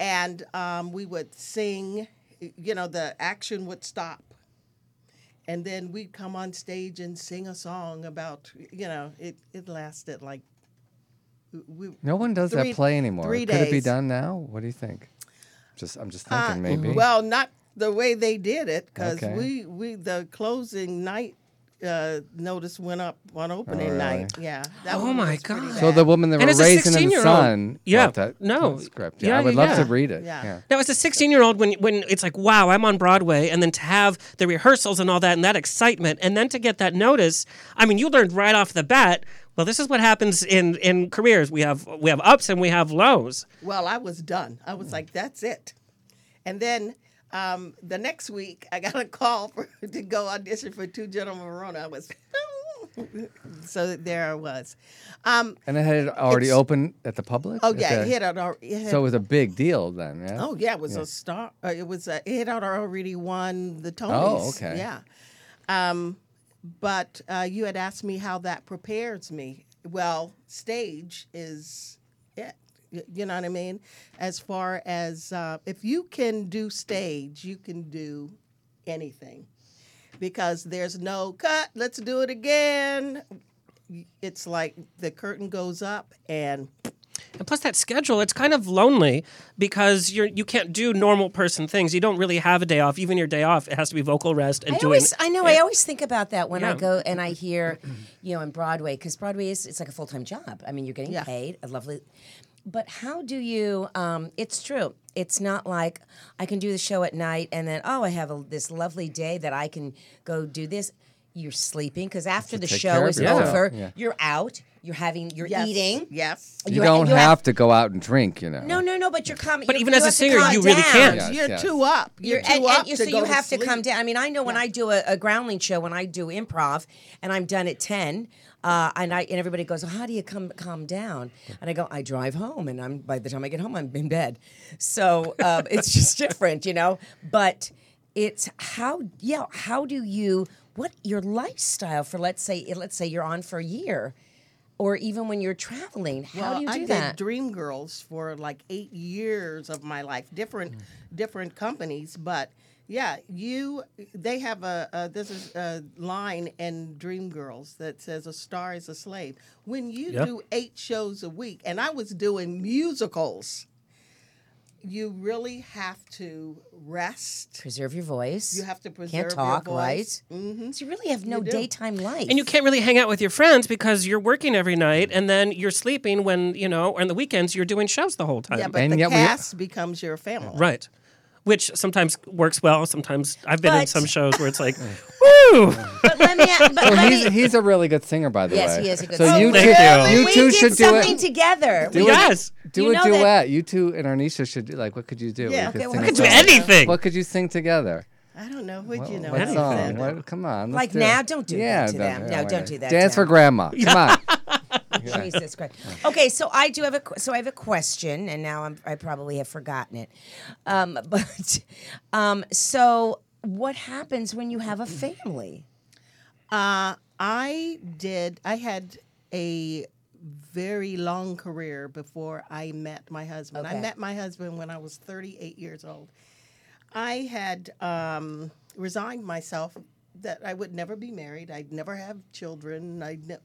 and um, we would sing. You know, the action would stop, and then we'd come on stage and sing a song about you know it. It lasted like we. No one does Three- that play anymore. three Could it be days. done now? What do you think? Just I'm just thinking Uh, maybe. Well, not the way they did it, because Okay. we, we the closing night uh, notice went up on opening Oh, night. Yeah. That Oh one my was pretty God. so bad. the woman that And were as a raised in the 16-year-old sun. yeah, wrote that, no, that script. Yeah, I yeah, would love yeah. to read it. Yeah. yeah. Now, as a 16 year old, when when it's like, wow, I'm on Broadway, and then to have the rehearsals and all that, and that excitement, and then to get that notice, I mean, you learned right off the bat. Well, this is what happens in in careers. We have we have ups and we have lows. Well, I was done. I was like, that's it. And then um, the next week, I got a call for, to go audition for Two Gentlemen Verona. I was, so there I was. Um, And it had already It's- opened at the public. oh At yeah, the- it hit out. al- It had, So it was a big deal then. Yeah. oh yeah, it was a star. Uh, it was a, it had out already won the Tonys. okay. Yeah. Um, but uh, you had asked me how that prepares me. Well, stage is it. Y- You know what I mean? As far as uh, if you can do stage, you can do anything because there's no cut, let's do it again. It's like the curtain goes up and And plus that schedule, it's kind of lonely because you're you can't do normal person things. You don't really have a day off. Even your day off, it has to be vocal rest and I doing. always, I know, I always think about that when I Yeah. go and I hear, you know, in Broadway, because Broadway is it's like a full time job. I mean, you're getting Yeah. paid a lovely, but how do you? Um, it's true. It's not like I can do the show at night and then oh, I have a, this lovely day that I can go do this. You're sleeping because after the take show care of is yourself. over, Yeah. you're out. You're having. You're yes, eating. Yes. You, you ha- don't you have, have- to go out and drink, you know. No, no, no. But you're coming. But even as a singer, you really can't. Yes, You're yes. two up. You're, You're, two and, up. and you, to so go you have to sleep. come down. I mean, I know when I do a, a groundling show, when I do improv, and I'm done at ten, uh, and I and everybody goes, "How do you come calm down?" And I go, "I drive home, and I'm by the time I get home, I'm in bed." So um, it's just different, you know. But it's how yeah, how do you what your lifestyle for let's say let's say you're on for a year, or even when you're traveling, how Well, do you do I that? did Dream Girls for like eight years of my life, different Mm. different companies, but yeah, you they have a, a this is a line in Dream Girls that says a star is a slave. When you Yeah. do eight shows a week, and I was doing musicals, you really have to rest. preserve your voice. You have to preserve Can't your talk, voice. Mm-hmm. right? So you really have no daytime life. And you can't really hang out with your friends because you're working every night, and then you're sleeping when you know, on the weekends you're doing shows the whole time. Yeah, but And the yet we- cast becomes your family. Right. Which sometimes works well. Sometimes I've been in But- some shows where it's like, woo! but let me. But Well, let me he's, he's a really good singer, by the Yes, way. he is a good so singer. You Oh, two, thank you we two did should do something it. together. Do it. yes. Do You a know that- duet. You two and Arnisha should do, like. What could you do? Yeah. You could Okay, sing well, a could Do song. anything. What could you sing together? I don't know. Would What, you know? what about song? that? What, come on. let's Like, do now, it. don't do yeah, that to don't- them. yeah, No, don't whatever. do that Dance to for them. grandma. Come on. Jesus Christ. Okay, so I do have a qu- so I have a question, and now I'm, I probably have forgotten it. Um, but um, so what happens when you have a family? Uh, I did. I had a very long career before I met my husband. I Okay. met my husband when I was 38 years old. I had um, resigned myself that I would never be married. I'd never have children. I'd ne-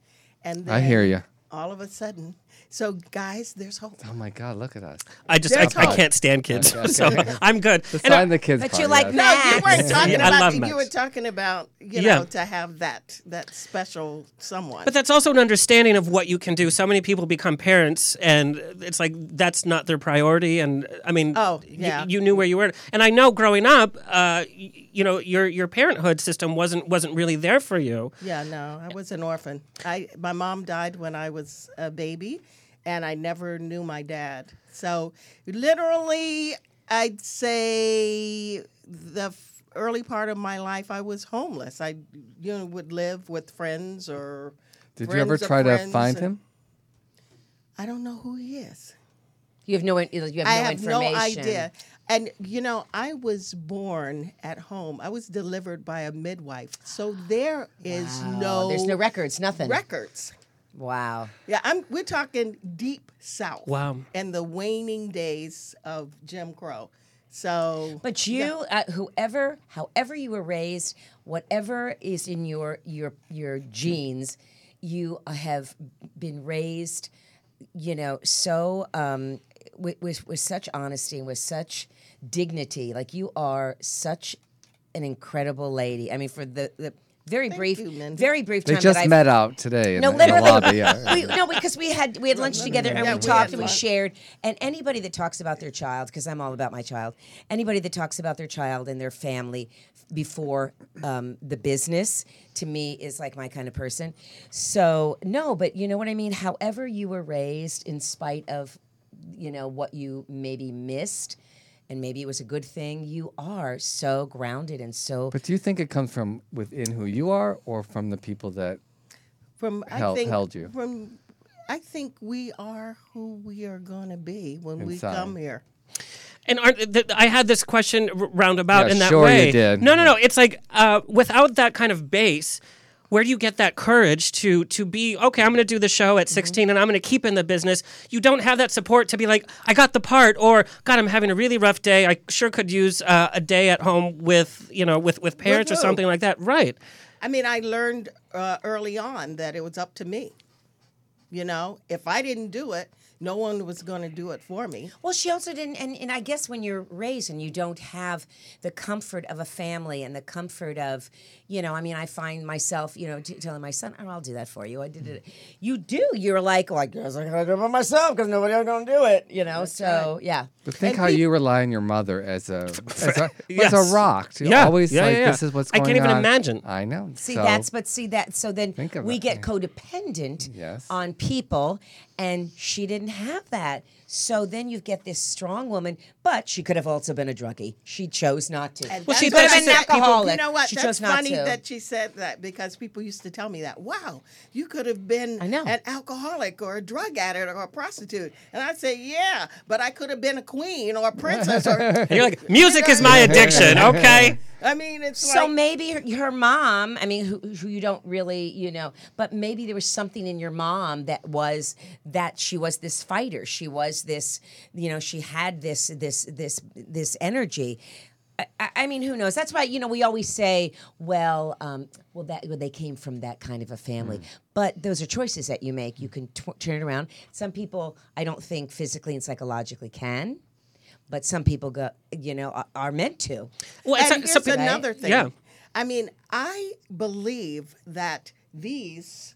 and I hear then ya. All of a sudden, so guys, there's hope. Oh my God! Look at us. I just, I, That's I all. can't stand kids. so I'm good. And I- Sign the kids. But part, you like Oh, yes. No, you weren't Max. talking Yeah, I about. love You Max. were talking about you Yeah. know to have that that special someone. But that's also an understanding of what you can do. So many people become parents, and it's like that's not their priority. And I mean, Oh, y- yeah. you knew where you were. And I know growing up, uh, y- you know, your your parenthood system wasn't wasn't really there for you. Yeah, no, I was an orphan. I my mom died when I was a baby, and I never knew my dad. So literally, I'd say the f- early part of my life, I was homeless. I you know would live with friends or. Did you ever friends of try to friends find and- him? I don't know who he is. You have no you have no I have information. no idea. And you know, I was born at home. I was delivered by a midwife, so there is Oh, no there's no records, nothing. records. wow. Yeah, I'm. We're talking deep south. Wow. And the waning days of Jim Crow. So But you, uh, whoever, however you were raised, whatever is in your your your genes, you have been raised, you know, so um, with, with with such honesty and with such dignity. Like you are such an incredible lady. I mean, for the the very brief, you, Mindy. very brief They time just that I've met out today in, no, the, in the literally. lobby. Yeah. we, no, because we had we had lunch together and Yeah, we we talked had and we lunch. shared. And anybody that talks about their child, because I'm all about my child. Anybody that talks about their child and their family before um, the business to me is like my kind of person. So no, but you know what I mean. However you were raised, in spite of you know what you maybe missed. And maybe it was a good thing. You are so grounded and so But do you think it comes from within who you are or from the people that from held- I think held you. from I think we are who we are going to be when Inside. we come here. And aren't, th- th- I had this question r- roundabout Yeah, in that sure you way. did. No, no, no. It's like uh, without that kind of base, where do you get that courage to to be okay? I'm going to do the show Mm-hmm. at 16, and I'm going to keep in the business. You don't have that support to be like, I got the part, or God, I'm having a really rough day. I sure could use uh, a day at home with you know with with parents or who? something like that. Right. I mean, I learned uh, early on that it was up to me. You know, if I didn't do it, no one was going to do it for me. Well, she also didn't, and, and I guess when you're raised and you don't have the comfort of a family and the comfort of, you know, I mean, I find myself, you know, t- telling my son, "Oh, I'll do that for you." I did it. You do. You're like, well, I guess I gotta do it by myself because nobody else gonna do it. You know. so yeah. But think how you rely on your mother as a as a, as Yes. a rock. To Yeah, always yeah, like yeah, yeah. this is what's I going can't on. even imagine. I know. See so, that's but see that so then Think of we it, get yeah. codependent Yes. on people and she didn't have that. So then you get this strong woman, but she could have also been a druggie. She chose not to. And Well, that's she's what been I an said. People- alcoholic. You know what? She That's chose not funny to. that she said that because people used to tell me that. Wow, you could have been I know. an alcoholic or a drug addict or a prostitute, and I say, yeah, but I could have been a queen or a princess. Or And you're like, music is my addiction. Okay. I mean, it's So like, maybe her, her mom, I mean, who, who you don't really, you know, but maybe there was something in your mom that was that she was this fighter. She was this, you know, she had this, this, this, this energy. I, I- I mean, who knows? That's why you know we always say, "Well, um, well, that well, they came from that kind of a family." But those are choices that you make. You can tw turn it around. Some people, I don't think, physically and psychologically can, but some people go, you know, are, are meant to. Well, and it's- here's something- another thing. Yeah. I mean, I believe that these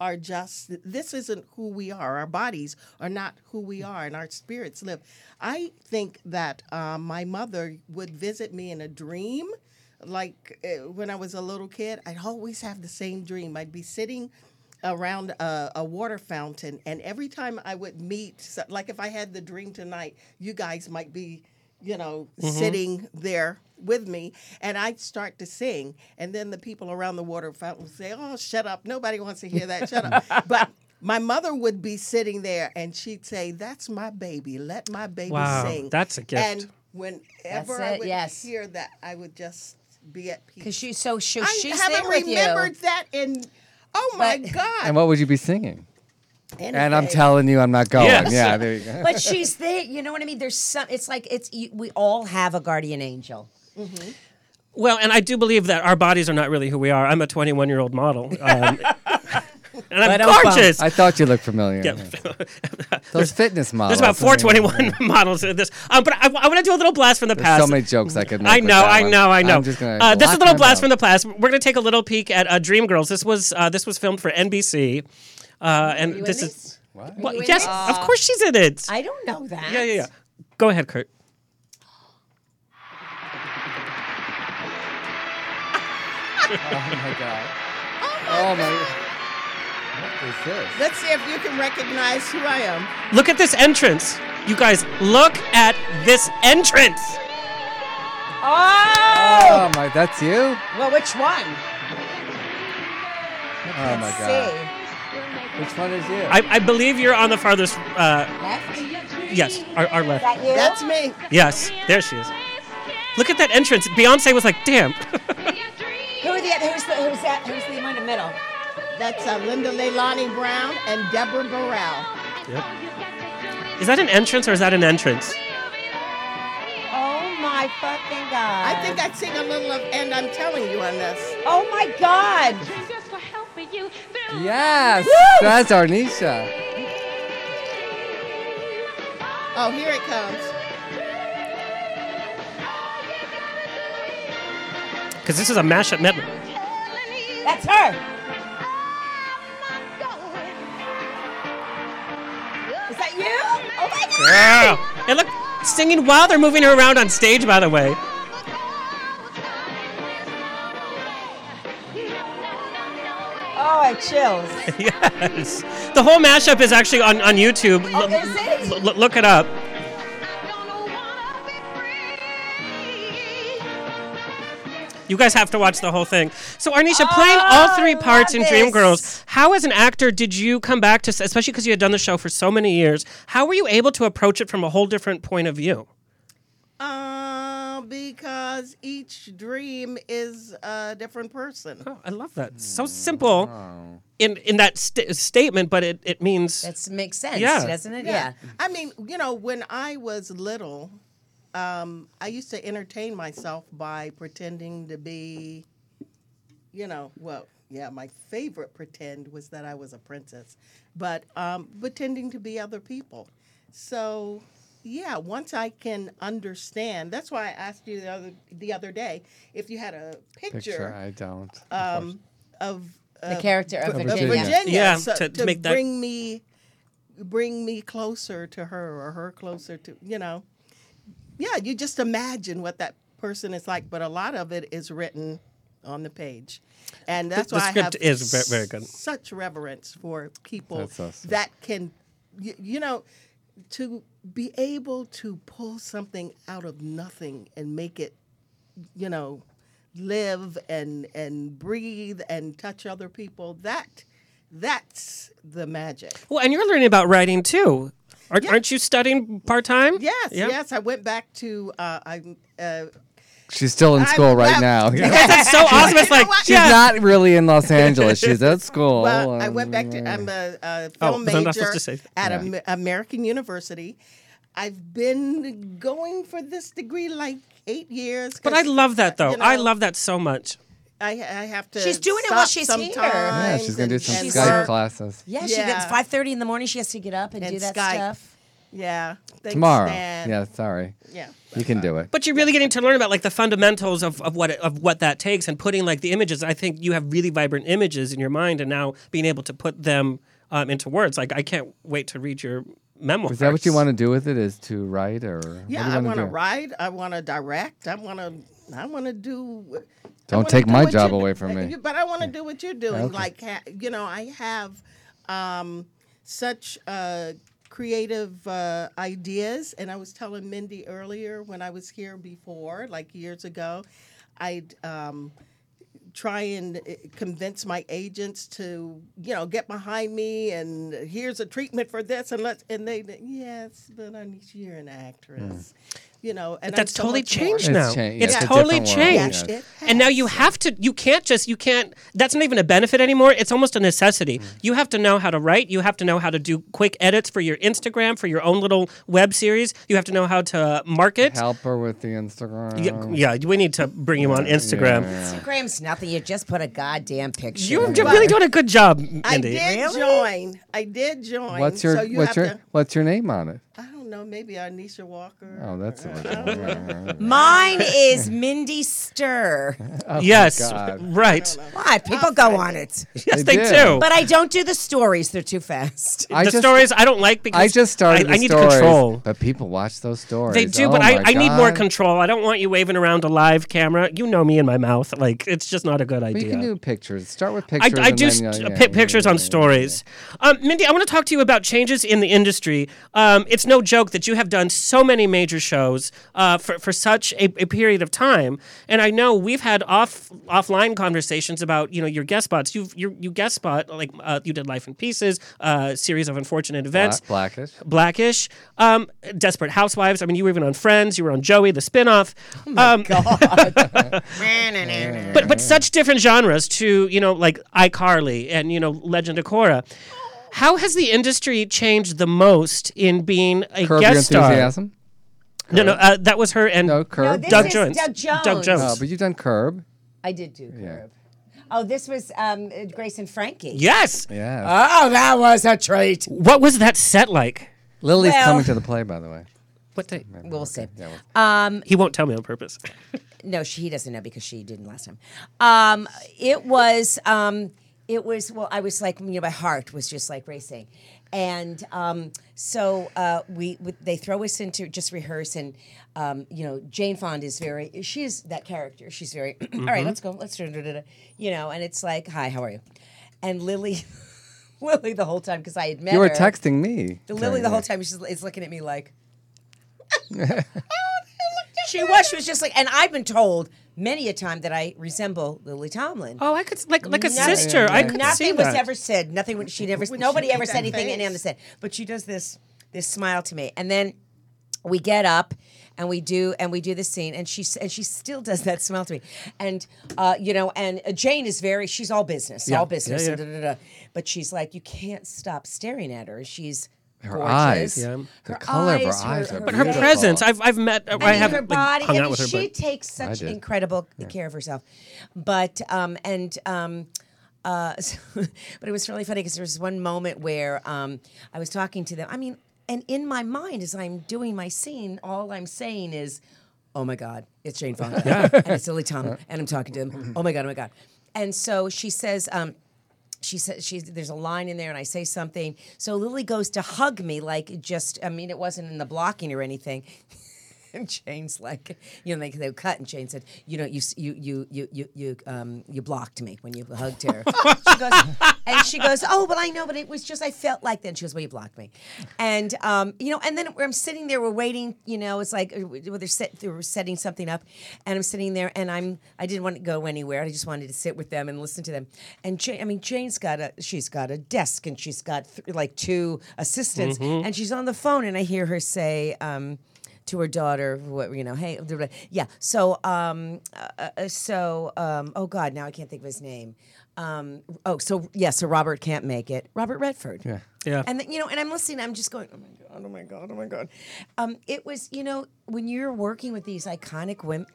are just this isn't who we are. Our bodies are not who we are, and our spirits live. I think that uh, my mother would visit me in a dream. Like uh, when I was a little kid, I'd always have the same dream. I'd be sitting around a, a water fountain, and every time I would meet, so, like if I had the dream tonight, you guys might be, you know, Mm-hmm. sitting there with me, and I'd start to sing, and then the people around the water fountain would say, "Oh, shut up! Nobody wants to hear that. Shut up!" But my mother would be sitting there, and she'd say, "That's my baby. Let my baby Wow, sing." that's a gift. And whenever I it, would yes. hear that, I would just be at peace. Because she's so she, I she's haven't there with remembered you. that in. Oh my But- God! and what would you be singing? And I'm Anything. telling you, I'm not going. Yes. Yeah, there you go. But she's there. You know what I mean? There's some. It's like it's you, we all have a guardian angel. Well, and I do believe that our bodies are not really who we are. I'm a 21 year old model. Um, And I'm Ba-dum-bum. gorgeous. I thought you looked familiar. Those fitness models. There's about I mean, 421 models in this. Um, but I, I want to do a little blast from the There's past. so many jokes I could make. I with know, that I one. know, I know. I'm just gonna Uh, this is a block little my blast from mouth. the past. We're gonna take a little peek at uh, Dreamgirls. This was uh, this was filmed for NBC, uh, and this is Well, you in yes, this? of course she's in it. I don't know that. yeah, yeah, yeah. Go ahead, Kurt. Oh my god. Oh my. What is this? Let's see if you can recognize who I am. Look at this entrance, you guys. Look at this entrance. Oh my, that's you. Well, which one? Oh my god. See, Which one is you? I, I believe you're on the farthest. Uh, left. yes, our, our left. That you? That's me. Yes, there she is. Look at that entrance. Beyonce was like, "Damn." who are the who's the who's that who's the one in the middle? That's uh, Linda Leilani Brown and Deborah Burrell. Is that an entrance or is that an entrance? Oh my fucking god! I think I'd sing a little of And I'm Telling You on this. oh my god! Jesus for helping you. Yes, that's Arnisha. Oh, here it comes. Because this is a mashup medley. That's her. Oh Is that you? Oh my god! Yeah. And look, singing while they're moving her around on stage, by the way. Oh, I chills. Yes. The whole mashup is actually on, on YouTube. Oh, is it? l- l- look it up. You guys have to watch the whole thing. So, Arnisha, playing all Oh, three parts in love Dreamgirls, this. how as an actor did you come back to, s- especially because you had done the show for so many years, how were you able to approach it from a whole different point of view? Uh, because each dream is a different person. Oh, I love that. So simple in, in that st- statement, but it, it means. That makes sense, Yeah. doesn't it? Yeah. I mean, you know, when I was little, um, I used to entertain myself by pretending to be, you know, well, yeah, my favorite pretend was that I was a princess, but um, pretending to be other people. So, yeah, once I can understand, that's why I asked you the other the other day if you had a Picture, picture, I don't. um, of The character of Of Virginia. Virginia. Virginia. Yeah, so to- to, to make that- bring me, bring me closer to her, or her closer to you know. Yeah, you just imagine what that person is like, but a lot of it is written on the page, and that's the why script I have is ve- very good. s- Such reverence for people That's awesome. that can, you, you know, to be able to pull something out of nothing and make it you know live and and breathe and touch other people that that's the magic Well, and you're learning about writing too. Aren't, aren't you studying part time? yes Yeah. yes i went back to uh i'm uh She's still in I school right left- now. That's so awesome. It's You know like, what? She's yeah. not really in Los Angeles. She's at school. well, I and- went back to I'm a, a Oh, film was I major not supposed to say- at Am- American University. I've been going for this degree like eight years. But I 'cause, love that though. you I know, love that so much. I, I have to. She's doing it while stop she's here. Yeah, sometimes she's gonna do and- some and Skype work. classes. Yeah, she gets Yeah. 5:30 in the morning. She has to get up and, do And that Skype. stuff. Yeah, thanks, Tomorrow. Stan. Yeah, sorry. yeah. You can do it. But you're really getting to learn about like the fundamentals of, of what it, of what that takes and putting like the images. I think you have really vibrant images in your mind, and now being able to put them um, into words. Like I can't wait to read your memoir. Is that what you want to do with it? Is to write or? what do you Yeah, I wanna want to do? ride. I want to direct. I want to. I want to do. I Don't wanna take do my what job you- away from me. But I want to do what you're doing. Okay. Like ha- you know, I have um, such uh, creative uh, ideas, and I was telling Mindy earlier when I was here before, like years ago, I'd. Um, try and uh, convince my agents to you know get behind me and eh, here's a treatment for this and let's and they yes but I need you're an actress you know and I'm That's so totally much more. changed Hmm. It's now. changed, It's yeah, it's a totally different world, changed. yes. Yes, it And now has. you have to. You can't just. You can't. That's not even a benefit anymore. It's almost a necessity. Mm. You have to know how to write. You have to know how to do quick edits for your Instagram, for your own little web series. You have to know how to market. Help her with the Instagram. Yeah, yeah, we need to bring you on Instagram. Instagram's nothing. You just put a goddamn picture. You're in. j- really doing a good job, Mindy. I did join I did join What's your so you what's have your to, what's your name on it? I don't know maybe Anisha Walker Oh, that's original. Mine is Mindy Stir. yes, Oh God. right. Why people go on it? Yes, They they, do. do. But I don't do the stories. They're too fast. I the just stories I don't like because I just started. I, the need stories, control. But people watch those stories. They do, Oh but I, my I need more God. control. I don't want you waving around a live camera. You know me and my mouth. Like it's just not a good But idea. you can do pictures. Start with I, pictures. I and do then, st- yeah, yeah, pi- yeah, pictures yeah, on yeah. stories. Um, Mindy, I want to talk to you about changes in the industry. Um, it's no joke that you have done so many major shows uh, for, for such a, a period of time, and I know we've had off offline conversations about you know your guest spots. You've you you guest spot like uh, you did Life in Pieces, uh, series of unfortunate events. Black- Blackish. Blackish, um, Desperate Housewives. I mean, you were even on Friends. You were on Joey, the spinoff. Oh um, but but such different genres to you know like iCarly and you know Legend of Korra. How has the industry changed the most in being a Curb your guest star? enthusiasm. Curb. No, no, uh, that was her and No, Curb. this Doug is Jones. Doug Jones. Doug Jones. No, but you've done Curb. I did do Curb. Oh, this was um, uh, Grace and Frankie. yes. Yeah. Oh, that was a treat. What was that set like? Lily's well- coming to the play, by the way. What day? We'll see. Yeah, well, He won't tell me on purpose. No, she he doesn't know because she didn't last time. Um, it was um, it was well, I was like you know my heart was just like racing, and um, so uh, we, we they throw us into just rehearse and. Um, you know, Jane Fond is very. She is that character. She's very. "All Mm-hmm. right, let's go. Let's do. do- do- do," You know, and it's like, hi, how are you? And Lily, Lily, the whole time because I had met you were her. texting me. Lily during the whole that. time she's is looking at me like she was she was just like and I've been told many a time that I resemble Lily Tomlin. Oh, I could s- like like a Nothing- sister. I could nothing see was that. ever said. Nothing was- she never nobody ever make said that anything and face? on the set. But she does this this smile to me. And then we get up and we do and we do the scene and she s- and she still does that smile to me and uh, you know and uh, jane is very she's all business all business yeah. and da, da, da. but she's like you can't stop staring at her she's Her gorgeous. eyes. Yeah. The color of her eyes are But her Beautiful. presence, I've I've met. I, mean, her haven't like, body. hung I out mean, with her, she but takes such did. incredible care of herself, but um and um. Uh, but it was really funny because there was one moment where um, I was talking to them. I mean, and in my mind, as I'm doing my scene, all I'm saying is, "Oh my God, it's Jane Fonda and it's Lily Tomlin," and I'm talking to them. "Oh my God, oh my God!" And so she says, um, she says she's there's a line in there and I say something. So Lily goes to hug me like it just I mean it wasn't in the blocking or anything. And Jane's like, you know, they, they cut, and Jane said, you know, you s- you you you you you um you blocked me when you hugged her. she goes, and she goes, oh, but I know, but it was just I felt like that. And she goes, well, you blocked me, and um, you know, and then I'm sitting there, we're waiting, you know, it's like uh, well, they're set, they were setting something up, and I'm sitting there, and I'm I didn't want to go anywhere. I just wanted to sit with them and listen to them. And Jane, I mean, Jane's got a she's got a desk, and she's got th- like two assistants, and she's on the phone, and I hear her say. Um, to her daughter, what you know, hey, blah, blah, blah. yeah. So, um, uh, uh, so, um, oh God, now I can't think of his name. Um, oh, so yeah, so Robert can't make it. Robert Redford. Yeah, Yeah. And then, you know, and I'm listening. I'm just going, oh my God, oh my God, oh my God. Um, it was, you know, when you're working with these iconic women.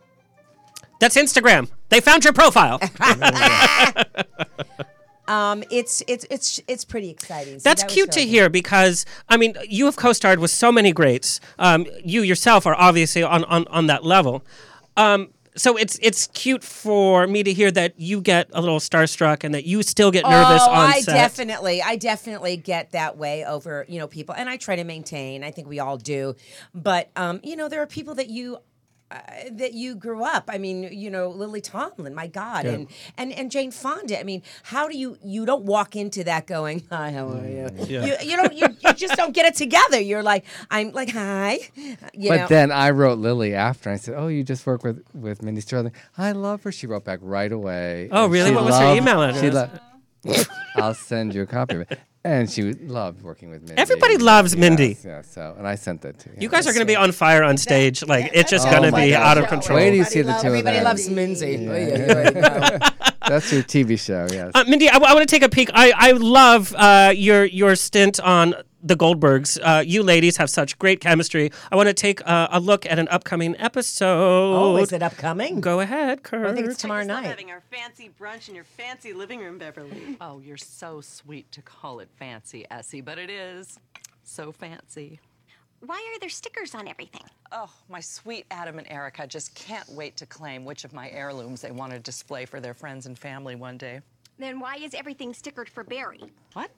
that's Instagram. They found your profile. Um, it's it's it's it's pretty exciting. So That's that was cute really to hear because I mean you have co-starred with so many greats. Um, you yourself are obviously on on, on that level. Um, so it's it's cute for me to hear that you get a little starstruck and that you still get nervous oh, on I set. definitely, I definitely get that way over you know people, and I try to maintain. I think we all do, but um, you know there are people that you. Uh, that you grew up. I mean, you know, Lily Tomlin, my God, and, and and Jane Fonda. I mean, how do you you don't walk into that going, "Hi, how are you?" Mm, You, you don't you, you just don't get it together. You're like, I'm like, "Hi," you But know. then I wrote Lily after. I said, "Oh, you just work with with Mindy Sterling. I love her." She wrote back right away. Oh, and really? she What was her loved- email She address? lo- I'll send you a copy of it. And she loved working with Mindy. Everybody loves Mindy. Yes, yeah. So, and I sent that to you. You guys are going to be on fire on stage. Like it's just Oh going to my be God. out of Wait control. till you see the two of Everybody them. loves Minzy. Oh, yeah, you already know. That's your TV show. Yes. Uh, Mindy, I, want to take a peek. I, I love uh, your your stint on the Goldbergs. Uh, you ladies have such great chemistry. I want to take uh, a look at an upcoming episode. oh, is it upcoming? Go ahead, Kurt. I think it's tomorrow Stop night. having our fancy brunch in your fancy living room, Beverly. Oh, you're so sweet to call it fancy, Essie, but it is so fancy. Why are there stickers on everything? Oh, my sweet Adam and Erica just can't wait to claim which of my heirlooms they want to display for their friends and family one day. Then why is everything stickered for Barry? What?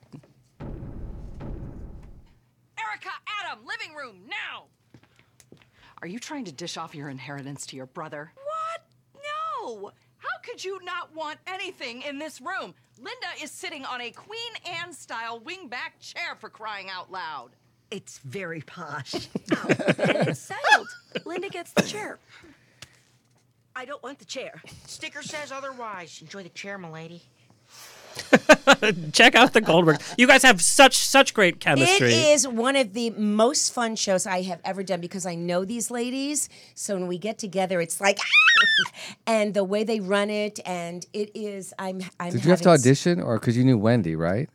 Erica, Adam, living room now. Are you trying to dish off your inheritance to your brother? What? No. How could you not want anything in this room? Linda is sitting on a Queen Anne style wingback chair for crying out loud. It's very posh. And it's settled. Linda gets the chair. I don't want the chair. Sticker says otherwise. Enjoy the chair, milady. Check out the Goldbergs. You guys have such such great It chemistry. is one of the most fun shows I have ever done because I know these ladies. So when we get together, it's like, "Ah!" and the way they run it, and it is. I'm. I'm Did you have to having s- audition, or because you knew Wendy, right?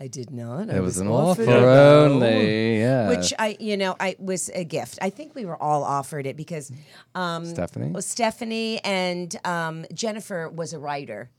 I did not. I It was an offered offer it. Oh. only, yeah. Which I, you know, I was a gift. I think we were all offered it because um, Stephanie? well, Stephanie and um, Jennifer was a writer.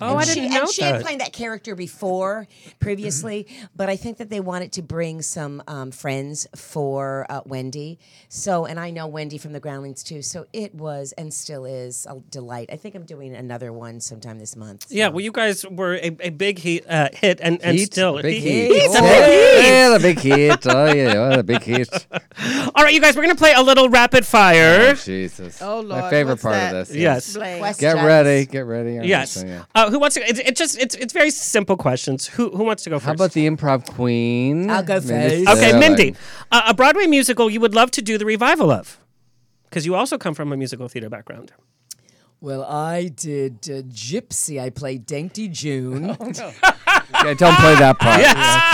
Oh, and I she, didn't and know she had that. played that character before, previously, but I think that they wanted to bring some um, friends for uh, Wendy. So, and I know Wendy from the Groundlings too. So it was and still is a delight. I think I'm doing another one sometime this month. Yeah, well, you guys were a, a big heat, uh, hit, and, and Heat, still big he- heat. He's a Oh, big heat. Yeah, the big hit. Oh yeah, what a big hit. All right, you guys, we're gonna play a little rapid fire. Oh, Jesus. Oh, My Lord, favorite what's part that? of this. Yes. Yes. Blake. Get Questions. ready. Get ready. I'm Yes. listening, yeah. Uh, who wants to? It's it just it's it's very simple questions. Who who wants to go first? How about the improv queen? I'll go Mindy Okay, Sterling. Mindy, uh, a Broadway musical you would love to do the revival of, because you also come from a musical theater background. Well, I did uh, Gypsy. I played Dainty June. Okay, don't play that part.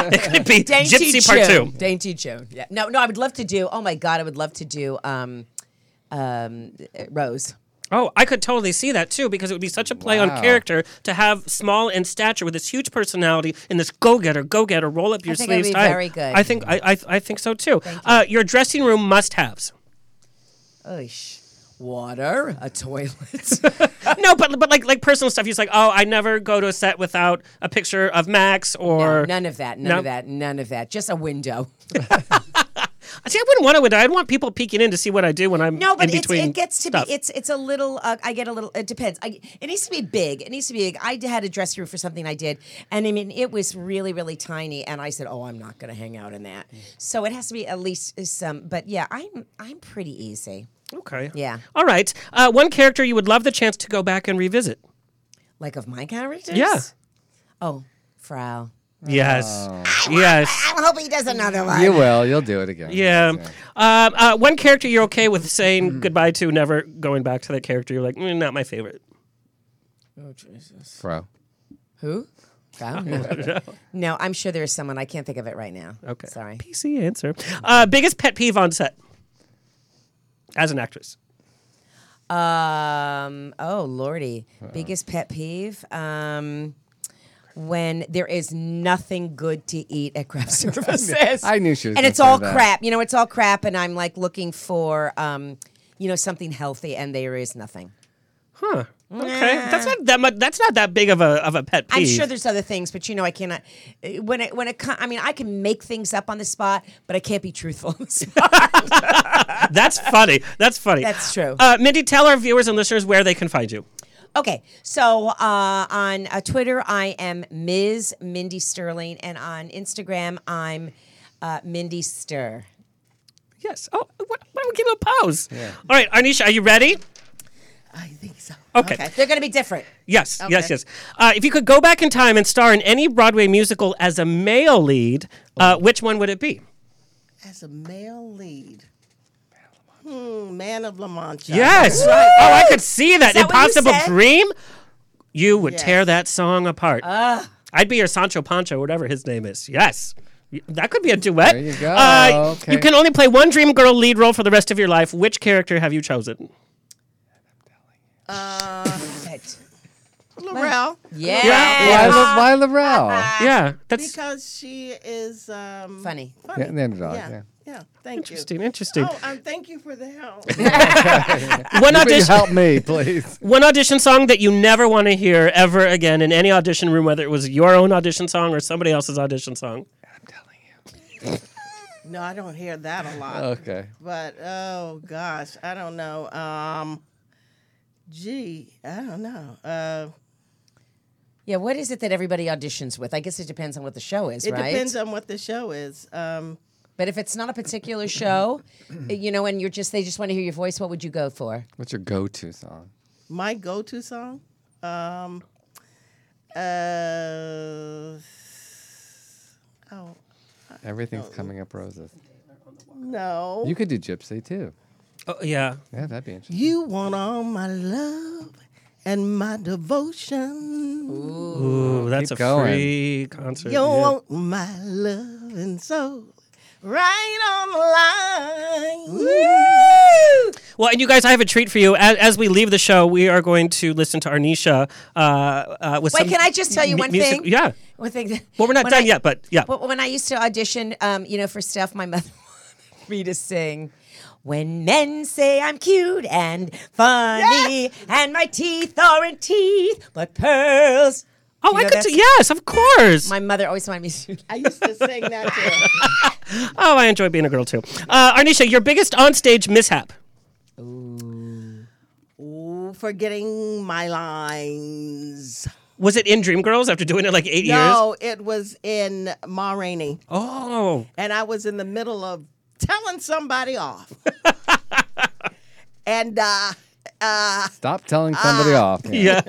Dainty June. two. Dainty June. Yeah. No, no, I would love to do. Oh my God, I would love to do um, um, uh, Rose. Oh, I could totally see that too, because it would be such a play Wow. on character to have small in stature with this huge personality and this go-getter, go-getter, roll up your I think that'd sleeves be type. very good. I think I, I, I think so too. Uh, your dressing room must-haves. Oish. Water, a toilet. no, but but like like personal stuff. He's like, oh, I never go to a set without a picture of Max or none of that. None of that. None of that. Just a window. See, I wouldn't want to. I'd want people peeking in to see what I do when I'm No, but in it's, between. it gets to stuff. be. It's it's a little. Uh, I get a little. It depends. I, it needs to be big. It needs to be big. I d- had a dress room for something I did, and I mean it was really really tiny. And I said, oh, I'm not going to hang out in that. So it has to be at least some. But yeah, I'm I'm pretty easy. okay. Yeah. All right. Uh, one character you would love the chance to go back and revisit. Like of my characters. Yeah. Oh, Frau. Yes. Yes. I hope he does another one. You will. You'll do it again. Yeah. Um, uh, one character you're okay with Mm. saying goodbye to, never going back to that character. You're like, "Mm, not my favorite. Oh, Jesus. Fro. Who? Frau? No. No. no, I'm sure there is someone. I can't think of it right now. Okay. Sorry. PC answer. Uh, biggest pet peeve on set as an actress. Um. Oh lordy, Uh-huh. biggest pet peeve. Um. When there is nothing good to eat at craft services, I knew she was and gonna it's all say that. crap. You know, it's all crap, and I'm like looking for, um, you know, something healthy, and there is nothing. Huh. Okay. That's not that much. That's not that big of a of a pet peeve. I'm sure there's other things, but you know, I cannot. uh, When it when it co- I mean, I can make things up on the spot, but I can't be truthful on the spot. That's funny. That's funny. That's true. Uh, Mindy, tell our viewers and listeners where they can find you. Okay, so uh, on uh, Twitter, I am Ms. Mindy Sterling, and on Instagram, I'm uh, Mindy Stir. Yes. Oh, what, why don't we give him a pose? All right, Arnisha, are you ready? I think so. Okay. They're going to be different. Yes, yes, Okay. yes. Uh, if you could go back in time and star in any Broadway musical as a male lead, Oh. uh, which one would it be? As a male lead. Hmm, man of La Mancha. Yes. Oh, I could see that. Impossible Dream. You would Yes. tear that song apart. I'd be your Sancho Pancho, whatever his name is. Yes. Y- That could be a duet. There you go. Okay. You can only play one Dream Girl lead role for the rest of your life. Which character have you chosen? Laurel. Yeah. Why, La- why Laurel? Yeah, that's Because she is um, funny. Funny. Yeah, the underdog, yeah. yeah. Thank Interesting, you. interesting. Oh, um, thank you for the help. One You better audition. Help me, please. One audition song that you never want to hear ever again in any audition room, whether it was your own audition song or somebody else's audition song. No, I don't hear that a lot. Okay. But oh gosh, I don't know. Um, gee, I don't know. Uh, Yeah, what is it that everybody auditions with? I guess it depends on what the show is, it right? depends on what the show is. Um, But if it's not a particular show, you know, and you're just they just want to hear your voice, what would you go for? What's your go-to song? my go-to song. Um, uh, oh Everything's Oh. coming up roses. no, You could do Gypsy too. Oh yeah. Yeah, that'd be interesting. You want all my love and my devotion. Ooh, that's a Keep going. free concert. You yeah. want my love and so right on the line. Well, and you guys, I have a treat for you. As, as we leave the show, we are going to listen to Arnisha. Uh, uh, with Wait, some can I just tell you mu- one music- thing? Yeah. One thing. that- Well, we're not when done I- yet, but yeah. But when I used to audition, um, you know, for stuff, my mother wanted me to sing. When men say I'm cute and funny, and my teeth aren't teeth but pearls. Oh, I could do- yes, of course. My mother always wanted me to. I used to sing that too. Oh, I enjoy being a girl too. Uh, Arnisha, your biggest onstage mishap. Ooh, forgetting my lines. Was it in Dreamgirls after doing it like eight years? No, it was in Ma Rainey. Oh. And I was in the middle of telling somebody off. and uh, uh, Stop telling somebody Ah. off. Yeah.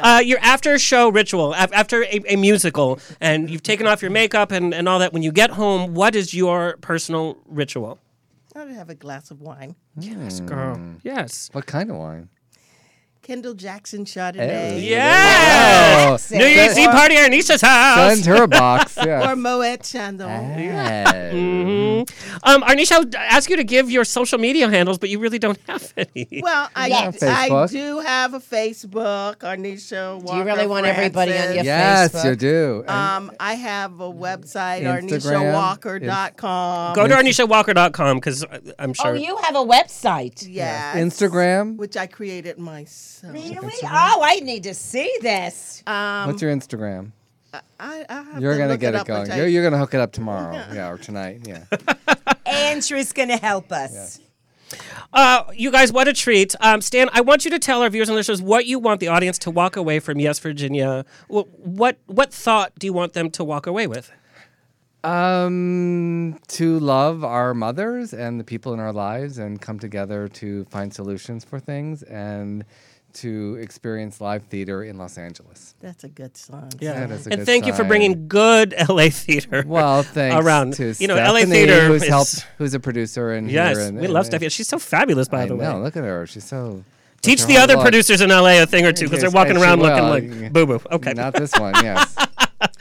Uh, your after show ritual, af- after a, a musical, and you've taken off your makeup and, and all that. When you get home, what is your personal ritual? I'd have a glass of wine. Yes, girl. Yes. What kind of wine? Kendall Jackson Chardonnay. Yes! Wow. New Year's Eve Or- party at Anisha's house. Send her a box. Mm-hmm. Yeah. Or Moet Ah. Chandon. hmm Um, Arnisha, I would ask you to give your social media handles, but you really don't have any. Well, I, Yeah, I Facebook. do have a Facebook, Arnisha Walker. really want everybody on your Francis. Yes, you do. And Um, I have a website, Instagram. arnishawalker.com. Go to ArnishaWalker.com because I'm sure. Oh, have a website. Yes. Instagram. Which I created myself. Really? Oh, I need to see this. Um, What's your Instagram? I, I have You're to gonna look get it it, up and going. tell You're, you. you're gonna hook it up tomorrow. yeah, or tonight. Yeah. Andrew's going to help us. Uh, you guys, what a treat. Um, Stan, I want you to tell our viewers and listeners what you want the audience to walk away from Yes, Virginia. Wh- What, what thought do you want them to walk away with? Um, to love our mothers and the people in our lives and come together to find solutions for things and to experience live theater in Los Angeles. That's a good song. That is a Uh, and good thank you for sign. bringing good LA theater. Well, thanks around. to you know, LA Stephanie, theater who's is- helped, who's a producer and Yes, here and, we love and- Stephanie. She's so fabulous, by I the way. know, Look at her. She's so. Teach look the how other long- producers in LA a thing or two because they're Yes, walking yes, she around will. looking like boo boo. Okay. Not this one. Yes.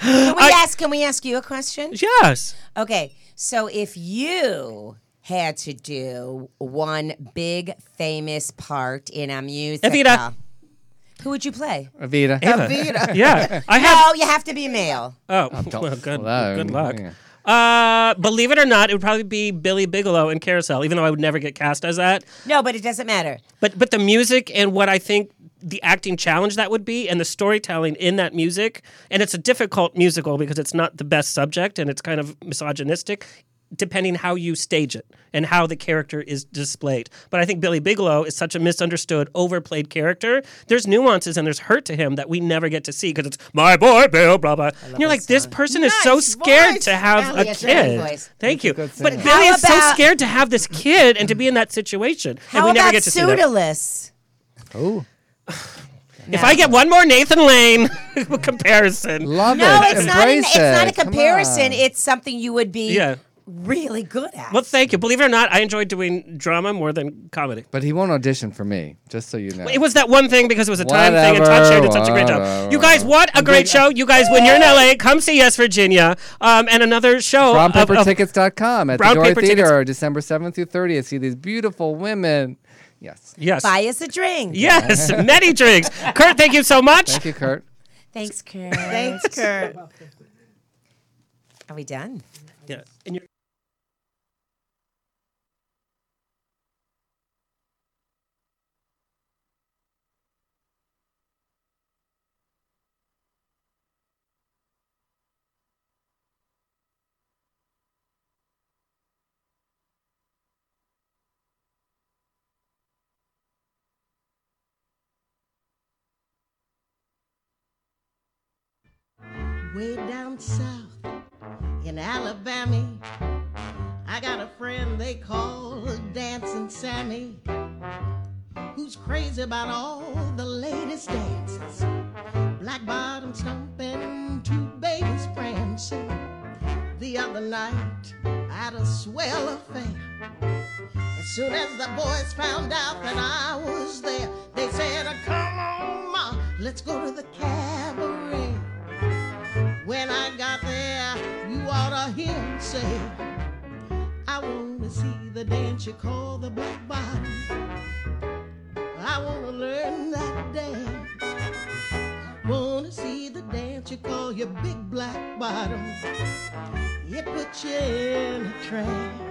Can we ask? Can we ask you a question? Yes. Okay, so if you had to do one big famous part in a musical, Evita. who would you play? Avita. Evita. Yeah. I have. no, you have to be male. Oh, don't- well, good, well, good um, luck. yeah. Uh, believe it or not, it would probably be Billy Bigelow in Carousel, even though I would never get cast as that. No, but it doesn't matter. But but the music and what I think the acting challenge that would be and the storytelling in that music, and it's a difficult musical because it's not the best subject and it's kind of misogynistic, depending how you stage it and how the character is displayed. But I think Billy Bigelow is such a misunderstood, overplayed character. There's nuances and there's hurt to him that we never get to see because it's my boy Bill, blah blah. And you're like, this person is so Nice scared voice, to have a Elliot. Great kid. voice. Thank you. good But singer. Billy How is so about- scared to have this kid and to be in that situation, and How we about never get to see that. Pseudolus? Oh, If I get one more Nathan Lane comparison, love it. No, it's not. An, Embrace it's not a it. Come on. comparison. It's something you would be Yeah. really good at. well, thank you. Believe it or not, I enjoyed doing drama more than comedy. But he won't audition for me, just so you know. It was that one thing because it was a time thing, and Todd Whatever, Shea did such a great job. whatever. You guys, what a great show! You guys, when you're in LA, come see Yes Virginia, um, and another show. of- of- brownpapertickets.com at Brown the Dory paper Theater, tickets. December 7th through 30th. See these beautiful women. Yes. yes, Buy us a drink. yes, many drinks. Kurt, thank you so much. Thank you, Kurt. Thanks, Kurt. Thanks, Kurt. Are we done? Yeah, and you're- Way down south in Alabama, I got a friend they call Dancing Sammy, who's crazy about all the latest dances. Black bottom stomping, two babies prancing. The other night, I had a swell affair. As soon as the boys found out that I was there, they said, Come on, Ma, let's go to the cabaret. When I got there, you ought to hear 'em say, I wanna see the dance you call the black bottom. I wanna learn that dance. Wanna see the dance you call your big black bottom. It puts you in a trance.